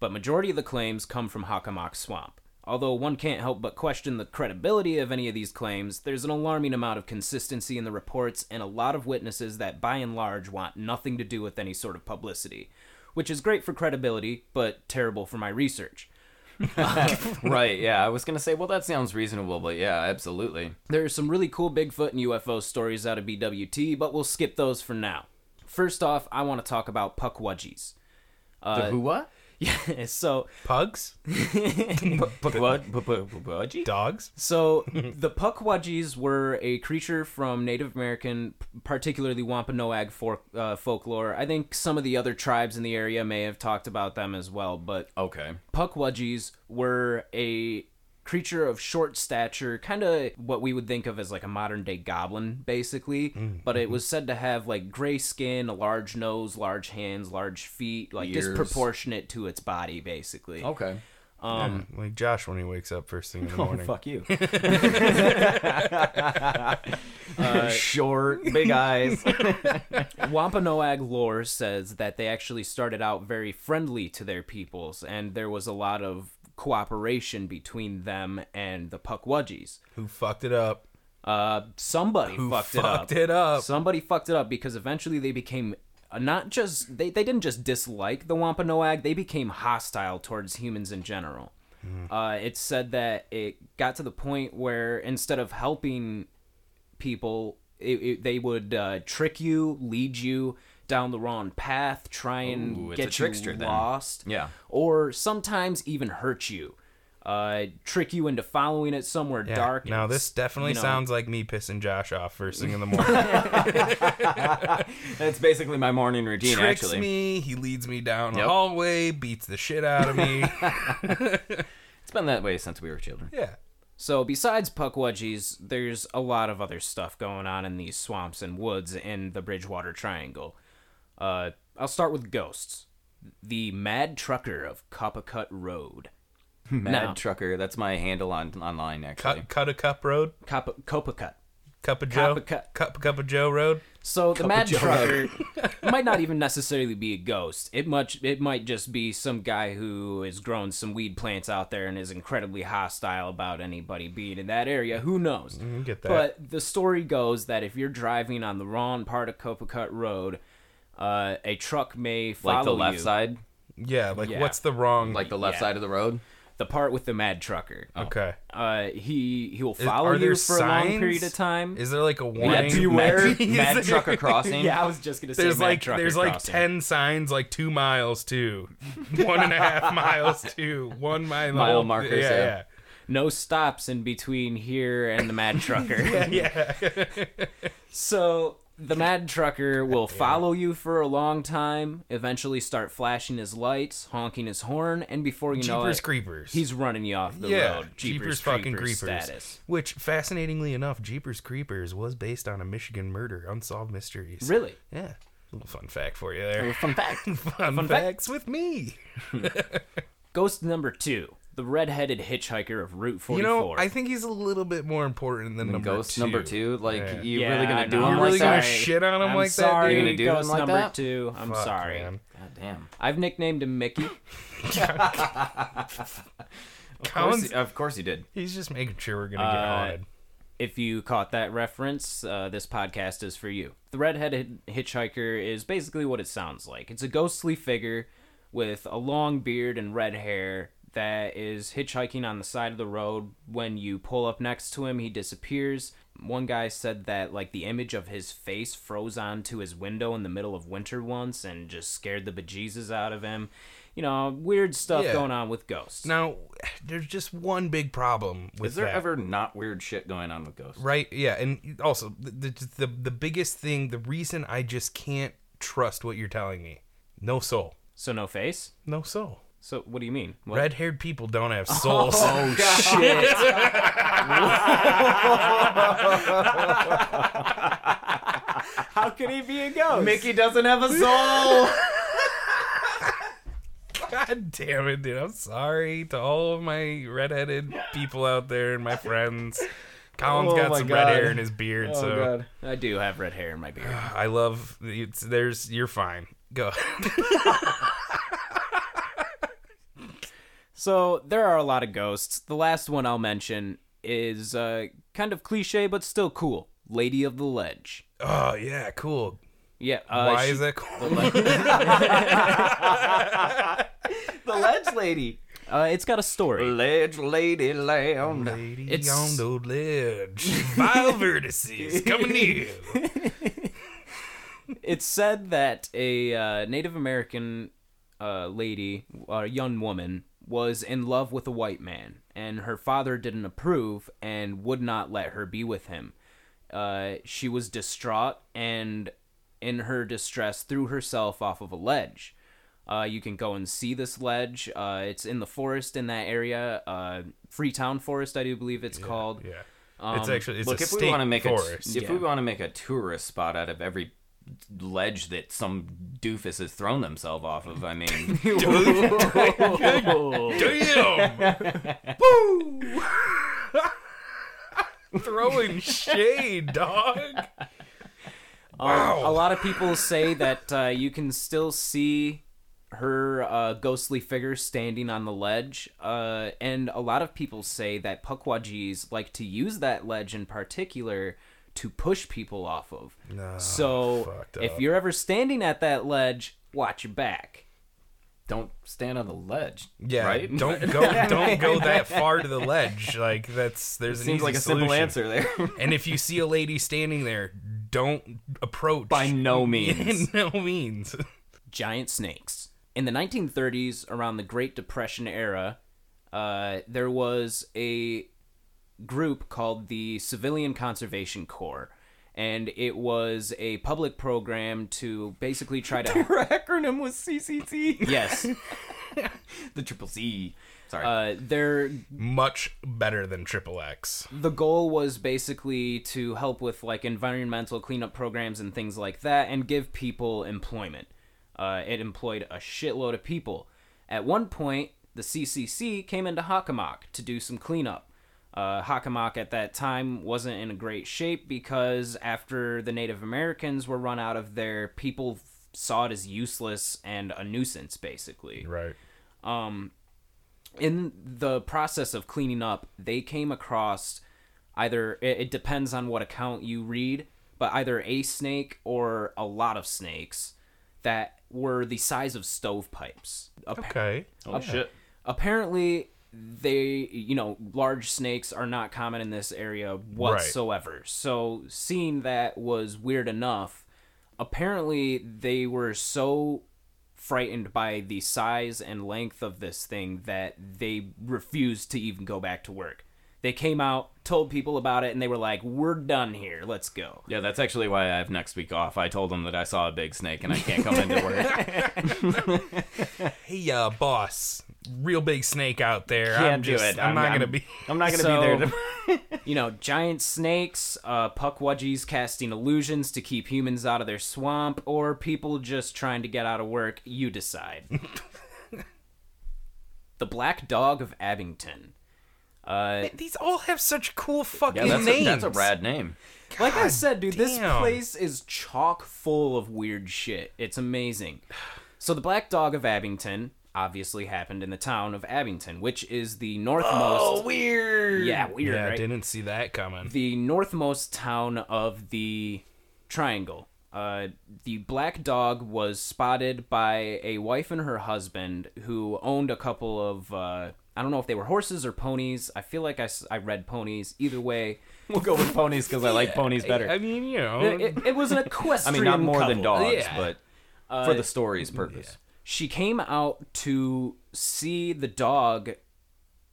But majority of the claims come from Hockomock Swamp. Although one can't help but question the credibility of any of these claims, there's an alarming amount of consistency in the reports and a lot of witnesses that by and large want nothing to do with any sort of publicity, which is great for credibility, but terrible for my research. Right? Yeah, I was gonna say, well, that sounds reasonable, but yeah, absolutely. There are some really cool Bigfoot and UFO stories out of BWT, but we'll skip those for now. First off, I want to talk about puck wudgies. the who what? Yeah, so Pugs, Pudgy? dogs. so the puck wudgies were a creature from Native American, particularly Wampanoag folk, uh, folklore. I think some of the other tribes in the area may have talked about them as well, but Okay. puck wudgies were a creature of short stature, kind of what we would think of as like a modern day goblin, basically. But it was said to have like gray skin, a large nose, large hands, large feet, like Ears. disproportionate to its body, basically. Okay. Um, like Josh when he wakes up first thing in the morning. Oh, fuck you. Short, big eyes. Wampanoag lore says that they actually started out very friendly to their peoples, and there was a lot of cooperation between them and the Puckwudgies. Who fucked it up? Uh, somebody Who fucked, fucked it it, up. up? Somebody fucked it up because eventually they became uh, not just they, they didn't just dislike the Wampanoag, they became hostile towards humans in general. Uh, it's said that it got to the point where instead of helping people, it, it, they would uh, trick you, lead you down the wrong path, try and Ooh, it's a get trickster you then. lost, Yeah. or sometimes even hurt you, uh, trick you into following it somewhere Yeah. dark. Now and this s- definitely you know, sounds like me pissing Josh off first thing in the morning. That's basically my morning routine, Tricks actually. me. He leads me down a Yep. hallway, beats the shit out of me. It's been that way since we were children. yeah. So besides Puckwudgies, there's a lot of other stuff going on in these swamps and woods in the Bridgewater Triangle. Uh, I'll start with ghosts. The Mad Trucker of Coppacut Road. Mad Mm-hmm. No. Trucker, that's my handle on online, actually. Cut, cut a cup road. Coppa- Coppacut. Cup of Joe. Cup of cut. Cup, cup of Joe road. So the Mad Joe Trucker might not even necessarily be a ghost. It much it might just be some guy who has grown some weed plants out there and is incredibly hostile about anybody being in that area. Who knows? Mm, get that. But the story goes that if you're driving on the wrong part of Copacut Road, uh, a truck may follow Like the left you. side? Yeah. Like Yeah. what's the wrong? Like the left Yeah. side of the road? The part with the Mad Trucker. okay. Uh, he he will Is- follow are you there for a long signs? period of time. Is there like a Mad, warning? mad, Is mad there- Trucker crossing? yeah, I was just gonna say There's Mad like Trucker there's like crossing. ten signs, like two miles to, one and a half miles to, one mile. Mile markers, Yeah, yeah. yeah. no stops in between here and the mad trucker. so the mad trucker will follow you for a long time, eventually start flashing his lights, honking his horn, and before you know Jeepers it, creepers. he's running you off the yeah, road. Jeepers, fucking creepers. status. Which, fascinatingly enough, Jeepers creepers was based on a Michigan murder, unsolved mysteries. Really? Yeah. Little fun fact for you there. Fun fact. Fun, fun fact. facts with me. Ghost number two, the red-headed hitchhiker of Route 44. You know, I think he's a little bit more important than number Ghost two. number two? Like, Yeah. you Yeah, really I gonna do know. him You're like really gonna that? shit on him I'm like sorry, that, You're gonna dude? do Ghost him like number that? two. I'm Fuck, sorry. man. God damn. I've nicknamed him Mickey. Of course, Colin's, he, of course he did. he's just making sure we're gonna get Uh, haunted. If you caught that reference, uh, this podcast is for you. The redheaded hitchhiker is basically what it sounds like. It's a ghostly figure with a long beard and red hair that is hitchhiking on the side of the road. When you pull up next to him, he disappears. One guy said that like the image of his face froze onto his window in the middle of winter once and just scared the bejesus out of him. You know, weird stuff Yeah. going on with ghosts. Now, there's just one big problem with Is there that. ever not weird shit going on with ghosts? right? Yeah, and also the, the the the biggest thing, the reason I just can't trust what you're telling me. No soul. So no face? No soul. So what do you mean? What? Red-haired people don't have souls. Oh, shit. How could he be a ghost? Mickey doesn't have a soul. God damn it, dude. I'm sorry to all of my redheaded people out there and my friends. Colin's Oh got my some red hair God. Oh, in his beard, so I do have red hair in my beard. I love it's there's you're fine. Go. So there are a lot of ghosts. The last one I'll mention is uh, kind of cliche but still cool. Lady of the Ledge. oh, yeah, cool. Yeah. Uh, Why she- is that cool? the ledge lady. Uh, it's got a story. Ledge lady land. Lady It's- on the ledge. Five vertices coming in. it's said that a uh, Native American uh, lady, a young woman, was in love with a white man, and her father didn't approve and would not let her be with him. Uh, she was distraught and, in her distress, threw herself off of a ledge. Uh, you can go and see this ledge. Uh, it's in the forest in that area, uh, Freetown Forest, I do believe it's called. Yeah. it's actually it's Look, a if we state want to make forest. a if we want to make a tourist spot out of every ledge that some doofus has thrown themselves off of, I mean, Damn! Woo! Throwing shade, dog. Um, a lot of people say that uh, you can still see her uh, ghostly figure standing on the ledge, uh, and a lot of people say that Pukwajis like to use that ledge in particular to push people off of. so Ah, fucked if up. you're ever standing at that ledge, watch your back. don't stand on the ledge. Yeah, right. don't go don't go that far to the ledge. Like that's there's an Seems easy like a simple solution. answer there. And if you see a lady standing there, don't approach By no in means. no means. giant snakes. In the 1930s, around the Great Depression era, uh, there was a group called the Civilian Conservation Corps, and it was a public program to basically try to. Her acronym was CCT. yes, The triple C. Sorry. uh, their Much better than triple X. the goal was basically to help with like environmental cleanup programs and things like that and give people employment uh, it employed a shitload of people at one point the ccc came into hockomock to do some cleanup uh, hockomock at that time wasn't in a great shape because after the native americans were run out of there people f- saw it as useless and a nuisance basically Right. in the process of cleaning up, they came across either it, it depends on what account you read, but either a snake or a lot of snakes that were the size of stovepipes. Appa- Okay. oh shit. Apparently, they you know large snakes are not common in this area whatsoever. So seeing that was weird enough. Apparently, they were so frightened by the size and length of this thing that they refused to even go back to work. They came out, told people about it, and they were like, "We're done here. Let's go." Yeah, that's actually why I have next week off. I told them that I saw a big snake and I can't come into work. Hey, uh, boss. Real big snake out there. I'm Can't do just. it. I'm, not gonna be. I'm not gonna So- be there. To- you know, giant snakes, uh, puckwudgies casting illusions to keep humans out of their swamp, or people just trying to get out of work. You decide. the Black Dog of Abington. Uh, These all have such cool fucking yeah, that's a, names. that's a rad name. like I said, dude, this damn. place is chock full of weird shit. It's amazing. So the Black Dog of Abington obviously happened in the town of Abington, which is the northmost. Oh, weird. yeah, weird. Yeah, I right? didn't see that coming. the northmost town of the triangle. Uh, the black dog was spotted by a wife and her husband who owned a couple of, uh, I don't know if they were horses or ponies. I feel like I, s- I read ponies. Either way, We'll go with ponies because I like ponies better. I mean, you know, it, it- it was an I equestrian mean, not more than couple. dogs, Yeah. but Uh, for the story's purpose. she came out to see the dog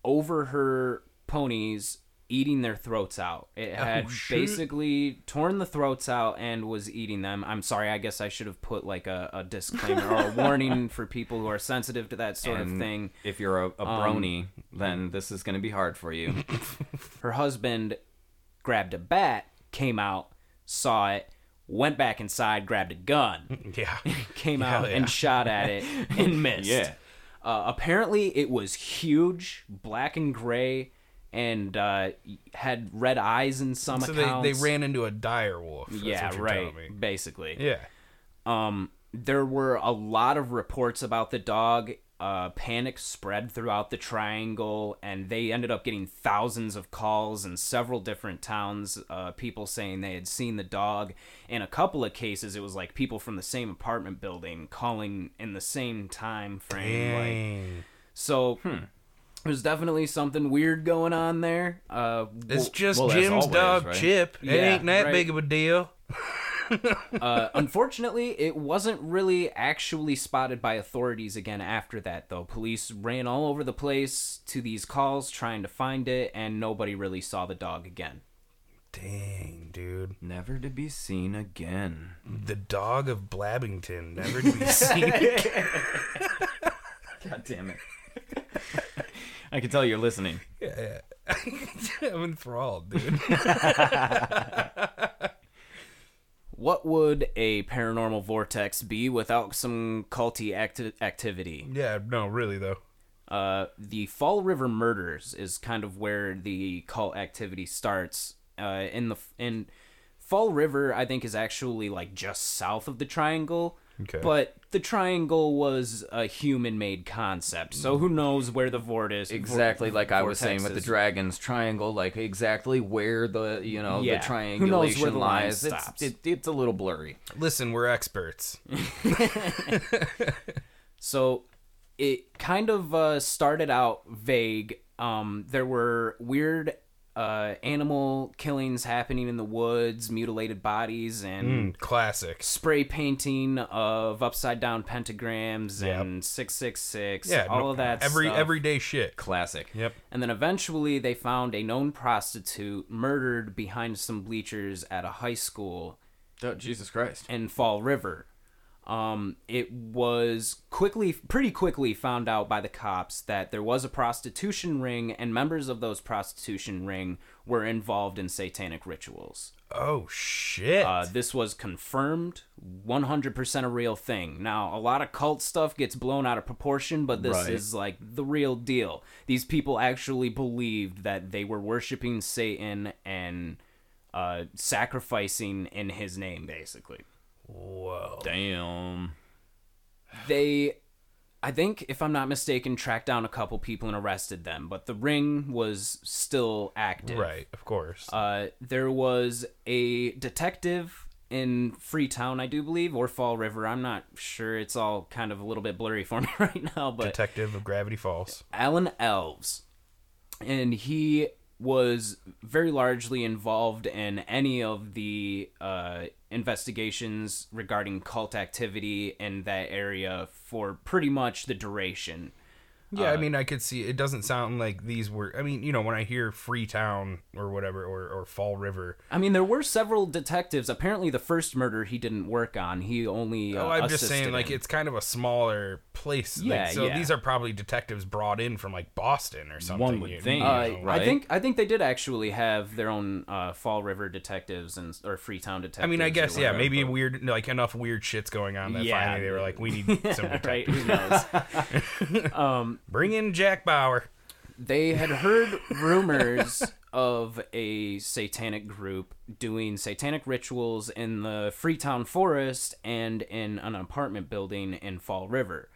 over her ponies eating their throats out. It had shit. basically torn the throats out and was eating them. I'm sorry, I guess I should have put like a, a disclaimer or a warning for people who are sensitive to that sort of And thing. If you're a, a Um, brony, then this is going to be hard for you. Her husband grabbed a bat, came out, saw it, went back inside, grabbed a gun. yeah, came Hell out yeah. and shot at it and missed. Yeah. Uh, apparently, it was huge, black and gray, and uh, had red eyes in some so they, accounts. they ran into a dire wolf. That's yeah, what you're right. telling me. Basically, Yeah, um, there were a lot of reports about the dog. Uh, panic spread throughout the triangle, and they ended up getting thousands of calls in several different towns. Uh, people saying they had seen the dog. In a couple of cases, it was like people from the same apartment building calling in the same time frame. Like, Dang. Hmm. so there's definitely something weird going on there. Uh, it's w- just well, as Jim's always, dog right? Chip. it Yeah, ain't that right. big of a deal. Uh, unfortunately, it wasn't really actually spotted by authorities again after that, though. Police ran all over the place to these calls trying to find it, and nobody really saw the dog again. Dang, dude. Never to be seen again. The dog of Blabbington, never to be seen. again. God damn it. I can tell you're listening. I'm enthralled, dude. What would a paranormal vortex be without some culty acti- activity? Yeah, no, really though. Uh, the Fall River murders is kind of where the cult activity starts. Uh, in the in Fall River, I think is actually like just south of the Triangle. Okay. But the Triangle was a human-made concept, so who knows where the vortex Exactly like I was saying with the vortexes. dragons triangle, like exactly where the you know Yeah. Who knows the where the triangulation line lies. stops. It's it, it's a little blurry. Listen, we're experts. So it kind of uh, started out vague. Um, there were weird uh, animal killings happening in the woods, mutilated bodies, and Mm, classic. spray painting of upside down pentagrams Yep. and six six six. Yeah, all no- of that. Every stuff. everyday shit. Classic. Yep. And then eventually they found a known prostitute murdered behind some bleachers at a high school Oh, Jesus Christ. in Fall River. Um, it was quickly, pretty quickly found out by the cops that there was a prostitution ring, and members of those prostitution ring were involved in satanic rituals. Oh shit. Uh, this was confirmed, 100% a real thing. Now, a lot of cult stuff gets blown out of proportion, but this Right. is like the real deal. These people actually believed that they were worshiping Satan and uh, sacrificing in his name, basically. Whoa. Damn. they i think if i'm not mistaken tracked down a couple people and arrested them but the ring was still active Right. Of course. uh, there was a detective in freetown i do believe or fall river i'm not sure it's all kind of a little bit blurry for me right now but Detective of Gravity Falls. Alan Elves, and he was very largely involved in any of the uh, investigations regarding cult activity in that area for pretty much the duration. Yeah, Uh, I mean, I could see it doesn't sound like these were. I mean, you know, when I hear Freetown or whatever, or, or Fall River, I mean, there were several detectives. Apparently, the first murder he didn't work on. He only. Uh, oh, I'm just saying, assisted like, in. it's kind of a smaller place. like, Yeah, so yeah. these are probably detectives brought in from, like, Boston or something. would you- think. you Uh, know. right? I think I think they did actually have their own uh, Fall River detectives and or Freetown detectives. I mean, I or guess, yeah, whatever, maybe but- weird, like, enough weird shit's going on that Yeah. finally they were like, we need some right? detectives. Who knows? Bring in Jack Bauer. they had heard rumors of a satanic group doing satanic rituals in the Freetown Forest and in an apartment building in Fall River.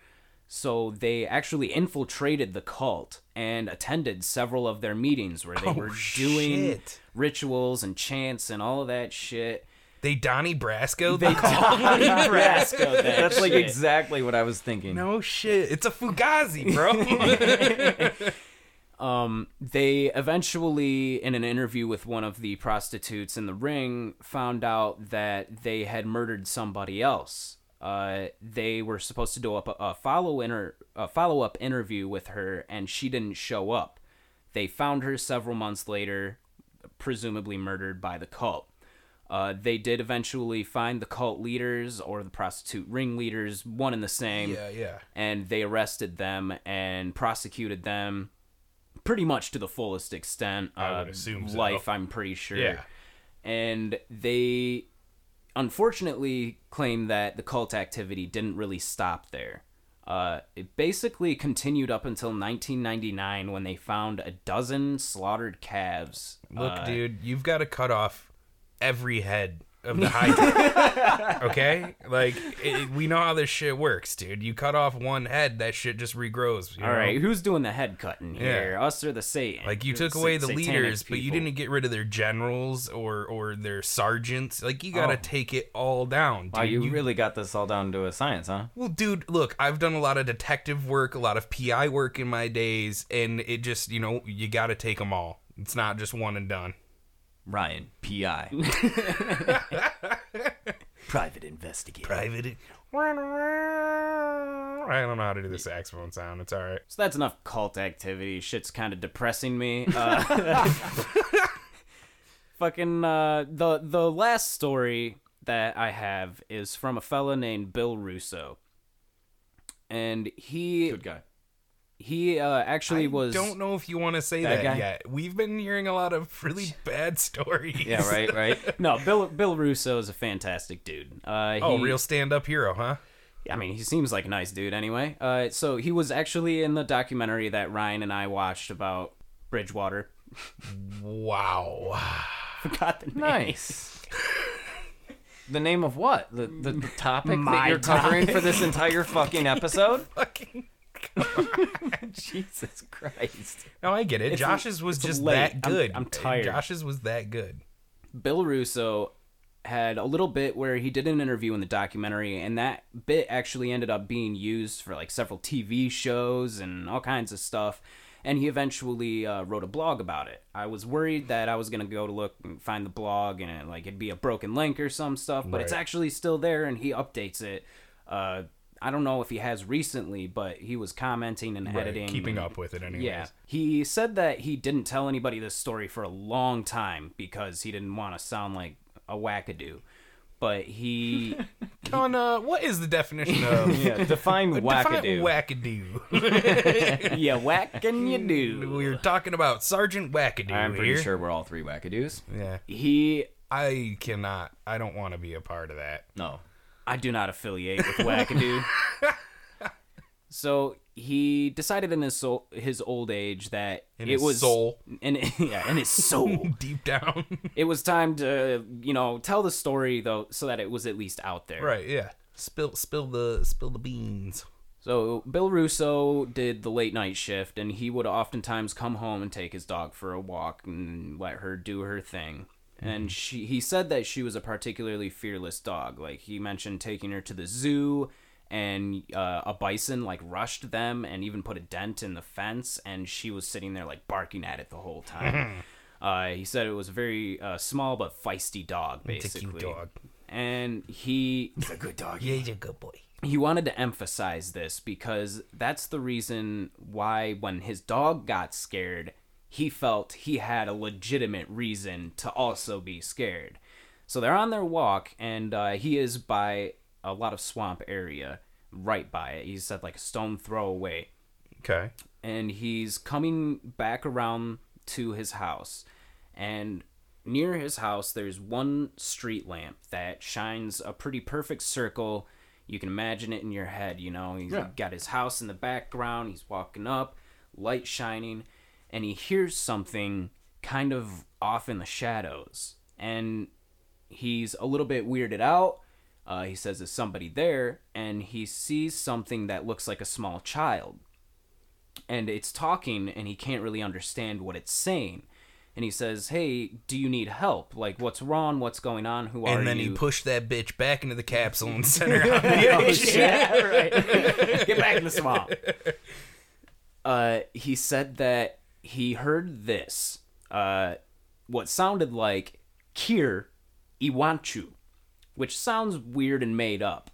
So they actually infiltrated the cult and attended several of their meetings where they were doing Oh, shit. rituals and chants and all of that shit. They Donnie Brasco. They That's like shit. exactly what I was thinking. no shit. It's a Fugazi, bro. they eventually, in an interview with one of the prostitutes in the ring, found out that they had murdered somebody else. Uh, they were supposed to do up a, a follow inter- a follow up interview with her, and she didn't show up. They found her several months later, presumably murdered by the cult. Uh, they did eventually find the cult leaders or the prostitute ringleaders, one and the same yeah, yeah. and they arrested them and prosecuted them pretty much to the fullest extent. I would uh, assume so. life, I'm pretty sure. Yeah. And they unfortunately claim that the cult activity didn't really stop there. Uh, it basically continued up until 1999 when they found a dozen slaughtered calves. Look, uh, dude, you've got to cut off every head of the high. okay, like it, we know how this shit works, dude. You cut off one head, that shit just regrows. you All know? right, who's doing the head cutting here? Us or the Satan? Like you took Sa- away the satanic leaders, but you people. didn't get rid of their generals or or their sergeants. Like you Oh. gotta take it all down. Dude. Wow, you, really got this all down to a science, huh? Well, dude, look, I've done a lot of detective work, a lot of PI work in my days, and it just you know you gotta take them all. It's not just one and done. Ryan, PI. Private investigator. Private. I don't know how to do the saxophone sound. It's all right. So that's enough cult activity. Shit's kind of depressing me. Uh, fucking uh, the the last story that I have is from a fella named Bill Russo, and he Good guy. he uh, actually was Don't know if you want to say That that, guy? yet. We've been hearing a lot of really bad stories. Yeah, right, right. no Bill Bill Russo is a fantastic dude. Uh, he, Oh, real stand-up hero, huh? I mean, he seems like a nice dude anyway. Uh, so he was actually in the documentary that Ryan and I watched about Bridgewater. Wow. Forgot the name. Nice. the name of what? The the, the topic that My you're covering for this entire fucking episode? Fucking. Jesus Christ. No, I get it. It's- Josh's was it's just late. that I'm- good. I'm tired. Josh's was that good. Bill Russo had a little bit where he did an interview in the documentary, and that bit actually ended up being used for like several TV shows and all kinds of stuff. And he eventually uh, wrote a blog about it. I was worried that I was gonna go to look and find the blog, and it, like it'd be a broken link or some stuff, but it's Right. actually still there, and he updates it. Uh, I don't know if he has recently, but he was commenting and Right, editing, keeping and- up with it, anyways. yeah. He said that he didn't tell anybody this story for a long time because he didn't want to sound like a wackadoo. But he Con, uh, what is the definition of Yeah, define Define wackadoo. wackadoo. Yeah, whacking you do. we were talking about Sergeant Wackadoo. I'm pretty here. sure we're all three wackadoos. Yeah. He I cannot. I don't want to be a part of that. No. I do not affiliate with wackadoo. so he decided in his soul, his old age that In it his was soul. in yeah, in his soul. Deep down. it was time to, you know, tell the story though so that it was at least out there. right, yeah. Spill spill the spill the beans. So Bill Russo did the late night shift, and he would oftentimes come home and take his dog for a walk and let her do her thing. And she, he said that she was a particularly fearless dog. Like he mentioned, taking her to the zoo, and uh, a bison like rushed them and even put a dent in the fence, and she was sitting there like barking at it the whole time. uh, he said it was a very uh, small but feisty dog, It's a basically. cute dog. And he It's a good dog. Yeah, he's a good boy. he wanted to emphasize this because that's the reason why when his dog got scared he felt he had a legitimate reason to also be scared so they're on their walk and uh, he is by a lot of swamp area right by it he's at like a stone throw away Okay. and he's coming back around to his house. And near his house, there's one street lamp that shines a pretty perfect circle. You can imagine it in your head, you know. He's got his house in the background, he's walking up, light shining, and he hears something kind of off in the shadows. And he's a little bit weirded out. Uh, he says there's somebody there, and he sees something that looks like a small child and it's talking and he can't really understand what it's saying and he says hey do you need help like what's wrong what's going on who are and then he you pushed that bitch back into the capsule and sent her out. the oh, edge. shit. Yeah, right. get back in the swamp uh, he said that he heard this uh, what sounded like kir iwanchu which sounds weird and made up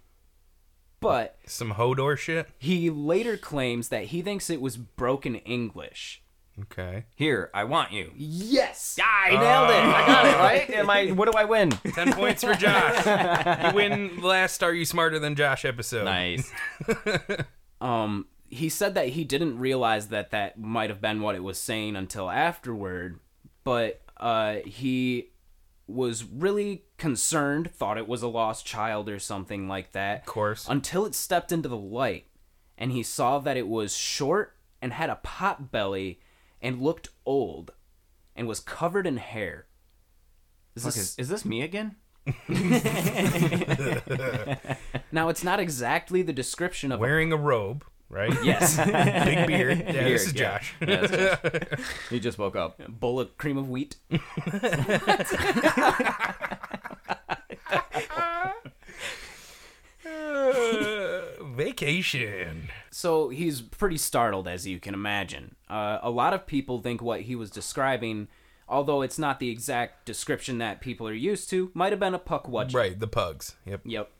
but Some Hodor shit. he later claims that he thinks it was broken english Okay. Here, I want you. Yes. I nailed it. I got it, right? Am I what do I win? Ten points for Josh. you win last Are You Smarter Than Josh episode. Nice. um he said that he didn't realize that that might have been what it was saying until afterward but uh he was really concerned thought it was a lost child or something like that of course. until it stepped into the light and he saw that it was short and had a pot belly and looked old and was covered in hair Is this, is this me again? now it's not exactly the description of Wearing a robe, right? yes Big beard. Yeah, Here, this is yeah. Josh. Yeah, it's Josh. he just woke up. bowl of cream of wheat Uh, vacation. So he's pretty startled, as you can imagine. Uh, a lot of people think what he was describing, although it's not the exact description that people are used to, might have been a puck watch. Right, the pugs. Yep. Yep.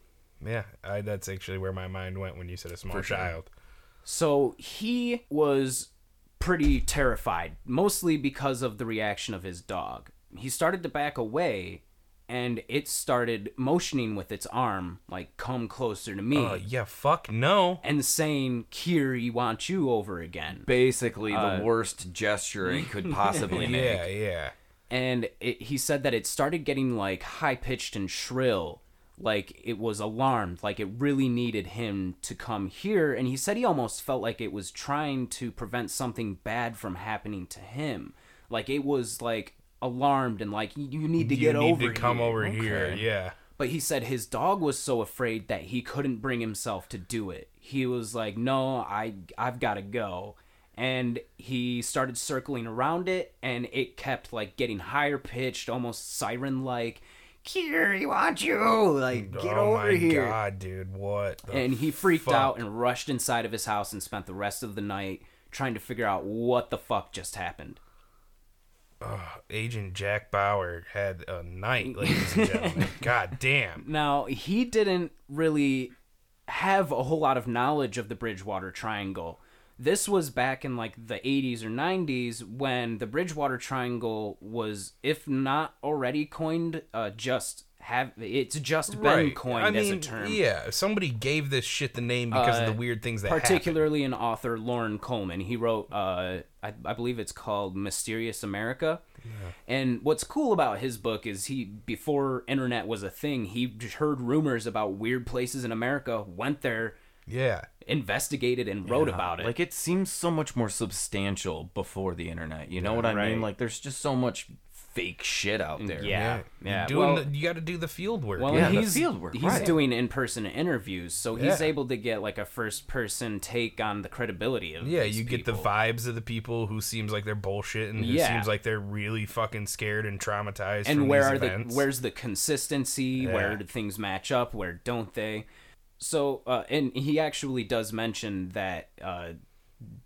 Yeah, I, that's actually where my mind went when you said a small child. So he was pretty terrified, mostly because of the reaction of his dog. he started to back away and it started motioning with its arm like come closer to me Uh, yeah, fuck no. and saying kiri want you over again Basically, the worst gesture it could possibly make. Yeah, yeah. and it, he said that it started getting like high pitched and shrill like it was alarmed like it really needed him to come here and he said he almost felt like it was trying to prevent something bad from happening to him like it was like alarmed and like you you need to you get need over to come here." over here. Okay. Yeah. But he said his dog was so afraid that he couldn't bring himself to do it. He was like, "No, I I've got to go." And he started circling around it and it kept like getting higher pitched, almost siren like, "Kiri, want you? Like get oh over my here." god, dude, what? the And he freaked fuck? out and rushed inside of his house and spent the rest of the night trying to figure out what the fuck just happened. Agent Jack Bauer had a night, ladies and gentlemen. God damn. Now, he didn't really have a whole lot of knowledge of the Bridgewater Triangle. This was back in like the 80s or 90s when the Bridgewater Triangle was, if not already coined, uh, just have it's just been coined I mean, as a term. Uh, yeah. Somebody gave this shit the name because of the weird things that happened. Particularly an author, Lauren Coleman. He wrote, uh, I, I believe it's called Mysterious America. And what's cool about his book is he, before internet was a thing, he just heard rumors about weird places in America, went there, Yeah. investigated, and wrote about it. Like it seems so much more substantial before the internet. You know what I mean? right. Like there's just so much fake shit out there. yeah, You're yeah. Doing well, the, you got to do the field work. well, Yeah, and the he's field work, he's right. doing in-person interviews, so he's Yeah. able to get like a first-person take on the credibility of yeah, these you get the people. vibes of the people who seems like they're bullshit and who Yeah. seems like they're really fucking scared and traumatized. and from where these are events. the where's the consistency where do things match up where don't they so uh, and he actually does mention that uh,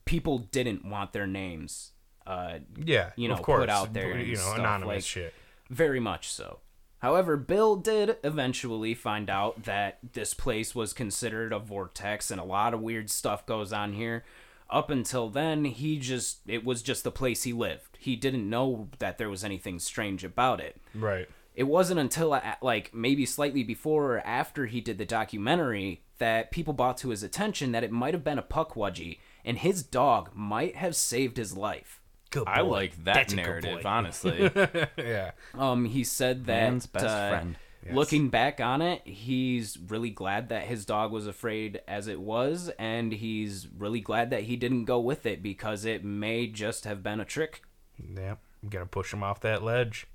people didn't want their names uh, yeah, you know, of put course, out there and you know, stuff anonymous like- shit. very much so however bill did eventually find out that this place was considered a vortex and a lot of weird stuff goes on here up until then he just it was just the place he lived he didn't know that there was anything strange about it Right. it wasn't until uh, like maybe slightly before or after he did the documentary that people brought to his attention that it might have been a puckwudgie and his dog might have saved his life. Good I boy. like that That's a good narrative, boy. honestly. yeah. Um, he said that Man's best uh, friend. Looking back on it, he's really glad that his dog was afraid as it was, and he's really glad that he didn't go with it because it may just have been a trick Yeah. I'm gonna push him off that ledge.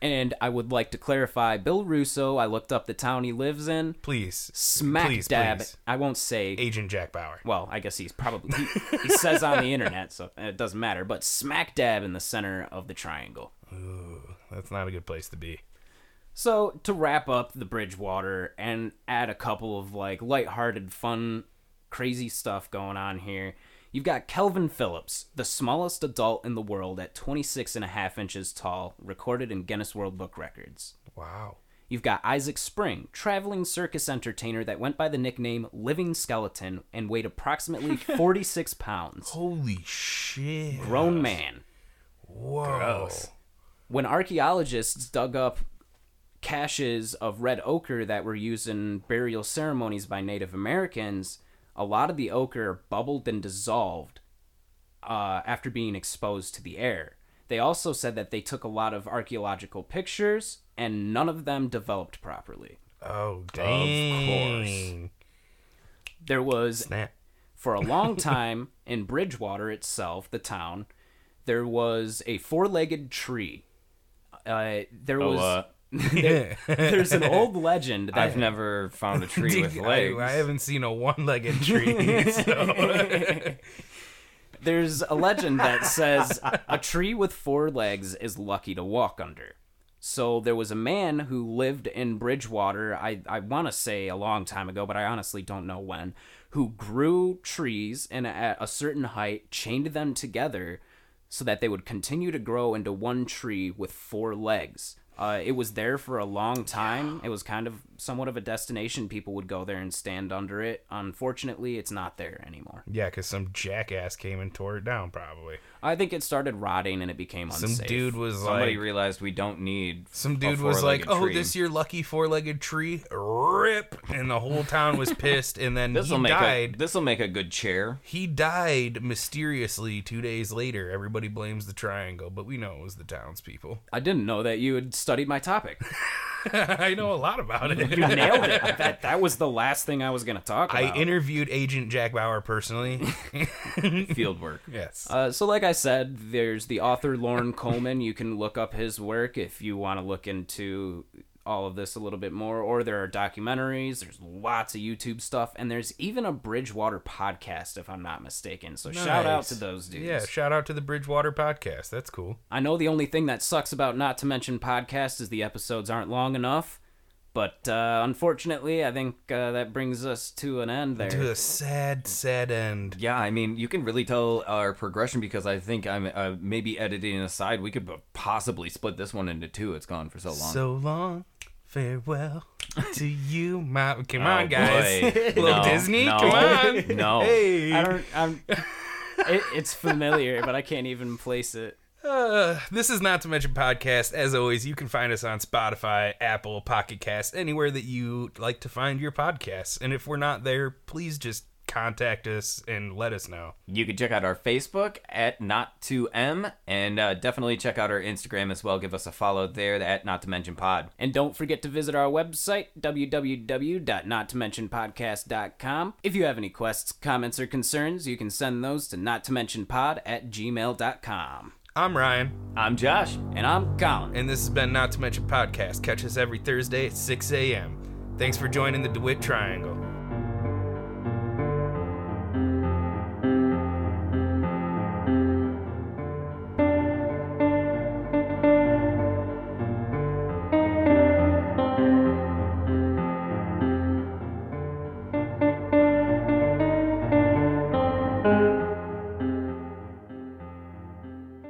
And I would like to clarify Bill Russo, I looked up the town he lives in. Please. Smack please, dab. Please. I won't say. Agent Jack Bauer. Well, I guess he's probably. He, he says on the internet, so it doesn't matter. But smack dab in the center of the triangle. That's not a good place to be. So to wrap up the Bridgewater and add a couple of like lighthearted, fun, crazy stuff going on here. You've got Kelvin Phillips, the smallest adult in the world at 26 and a half inches tall, recorded in Guinness World Book Records. Wow. You've got Isaac Spring, traveling circus entertainer that went by the nickname Living Skeleton and weighed approximately 46 pounds. Holy shit. Grown man. Whoa. When archaeologists dug up caches of red ochre that were used in burial ceremonies by Native Americans, a lot of the ochre bubbled and dissolved uh, after being exposed to the air. They also said that they took a lot of archaeological pictures and none of them developed properly. Oh, dang. Of course. There was Snap. for a long time in Bridgewater itself, the town, there was a four-legged tree. Uh, there was uh, Yeah. there's an old legend that I've never found a tree with Dude, I, legs. I haven't seen a one-legged tree. there's a legend that says a tree with four legs is lucky to walk under. So there was a man who lived in Bridgewater, I, I want to say a long time ago, but I honestly don't know when, who grew trees and at a certain height chained them together so that they would continue to grow into one tree with four legs. Uh, it was there for a long time. It was kind of somewhat of a destination. People would go there and stand under it. Unfortunately, it's not there anymore. Yeah, because some jackass came and tore it down, probably. I think it started rotting and it became Some unsafe. dude was Somebody like, realized we don't need. some a dude was like, four-legged "Oh, tree. this your lucky four-legged tree, rip!" And the whole town was pissed. And then This he will make died. a this will make a good chair. He died mysteriously two days later. Everybody blames the triangle, but we know it was the townspeople. I didn't know that you had studied my topic. I know a lot about it. You nailed it. That that was the last thing I was going to talk I about. interviewed Agent Jack Bauer personally. Field work. yes. Uh, so, like I said, there's the author Lauren Coleman. You can look up his work if you want to look into all of this a little bit more. Or there are documentaries. There's lots of YouTube stuff, and there's even a Bridgewater podcast, if I'm not mistaken. So shout out Nice. to those dudes. Yeah, shout out to the Bridgewater podcast. That's cool. I know the only thing that sucks about not to mention podcasts is the episodes aren't long enough. But uh, unfortunately, I think uh, that brings us to an end there. To a sad, sad end. Yeah, I mean, you can really tell our progression because I think I'm uh, maybe editing aside. We could p- possibly split this one into two. It's gone for so long. So long, farewell to you, my. Come Oh, on, guys. boy. Little No, Disney, no, come on. No. Hey. I don't. I'm. it, it's familiar, but I can't even place it. Uh, this is not to mention podcast. As always, you can find us on Spotify, Apple, Pocket Cast, anywhere that you like to find your podcasts. And if we're not there, please just contact us and let us know. You can check out our Facebook at Not2M and uh, definitely check out our Instagram as well. Give us a follow there at Not to Mention Pod. And don't forget to visit our website, www.nottomentionpodcast.com. If you have any quests, comments, or concerns, you can send those to nottomentionpod at gmail.com. I'm Ryan, I'm Josh. And I'm Colin. and this has been Not to Mention Podcast. Catch us every Thursday at 6 a.m. Thanks for joining the DeWitt Triangle.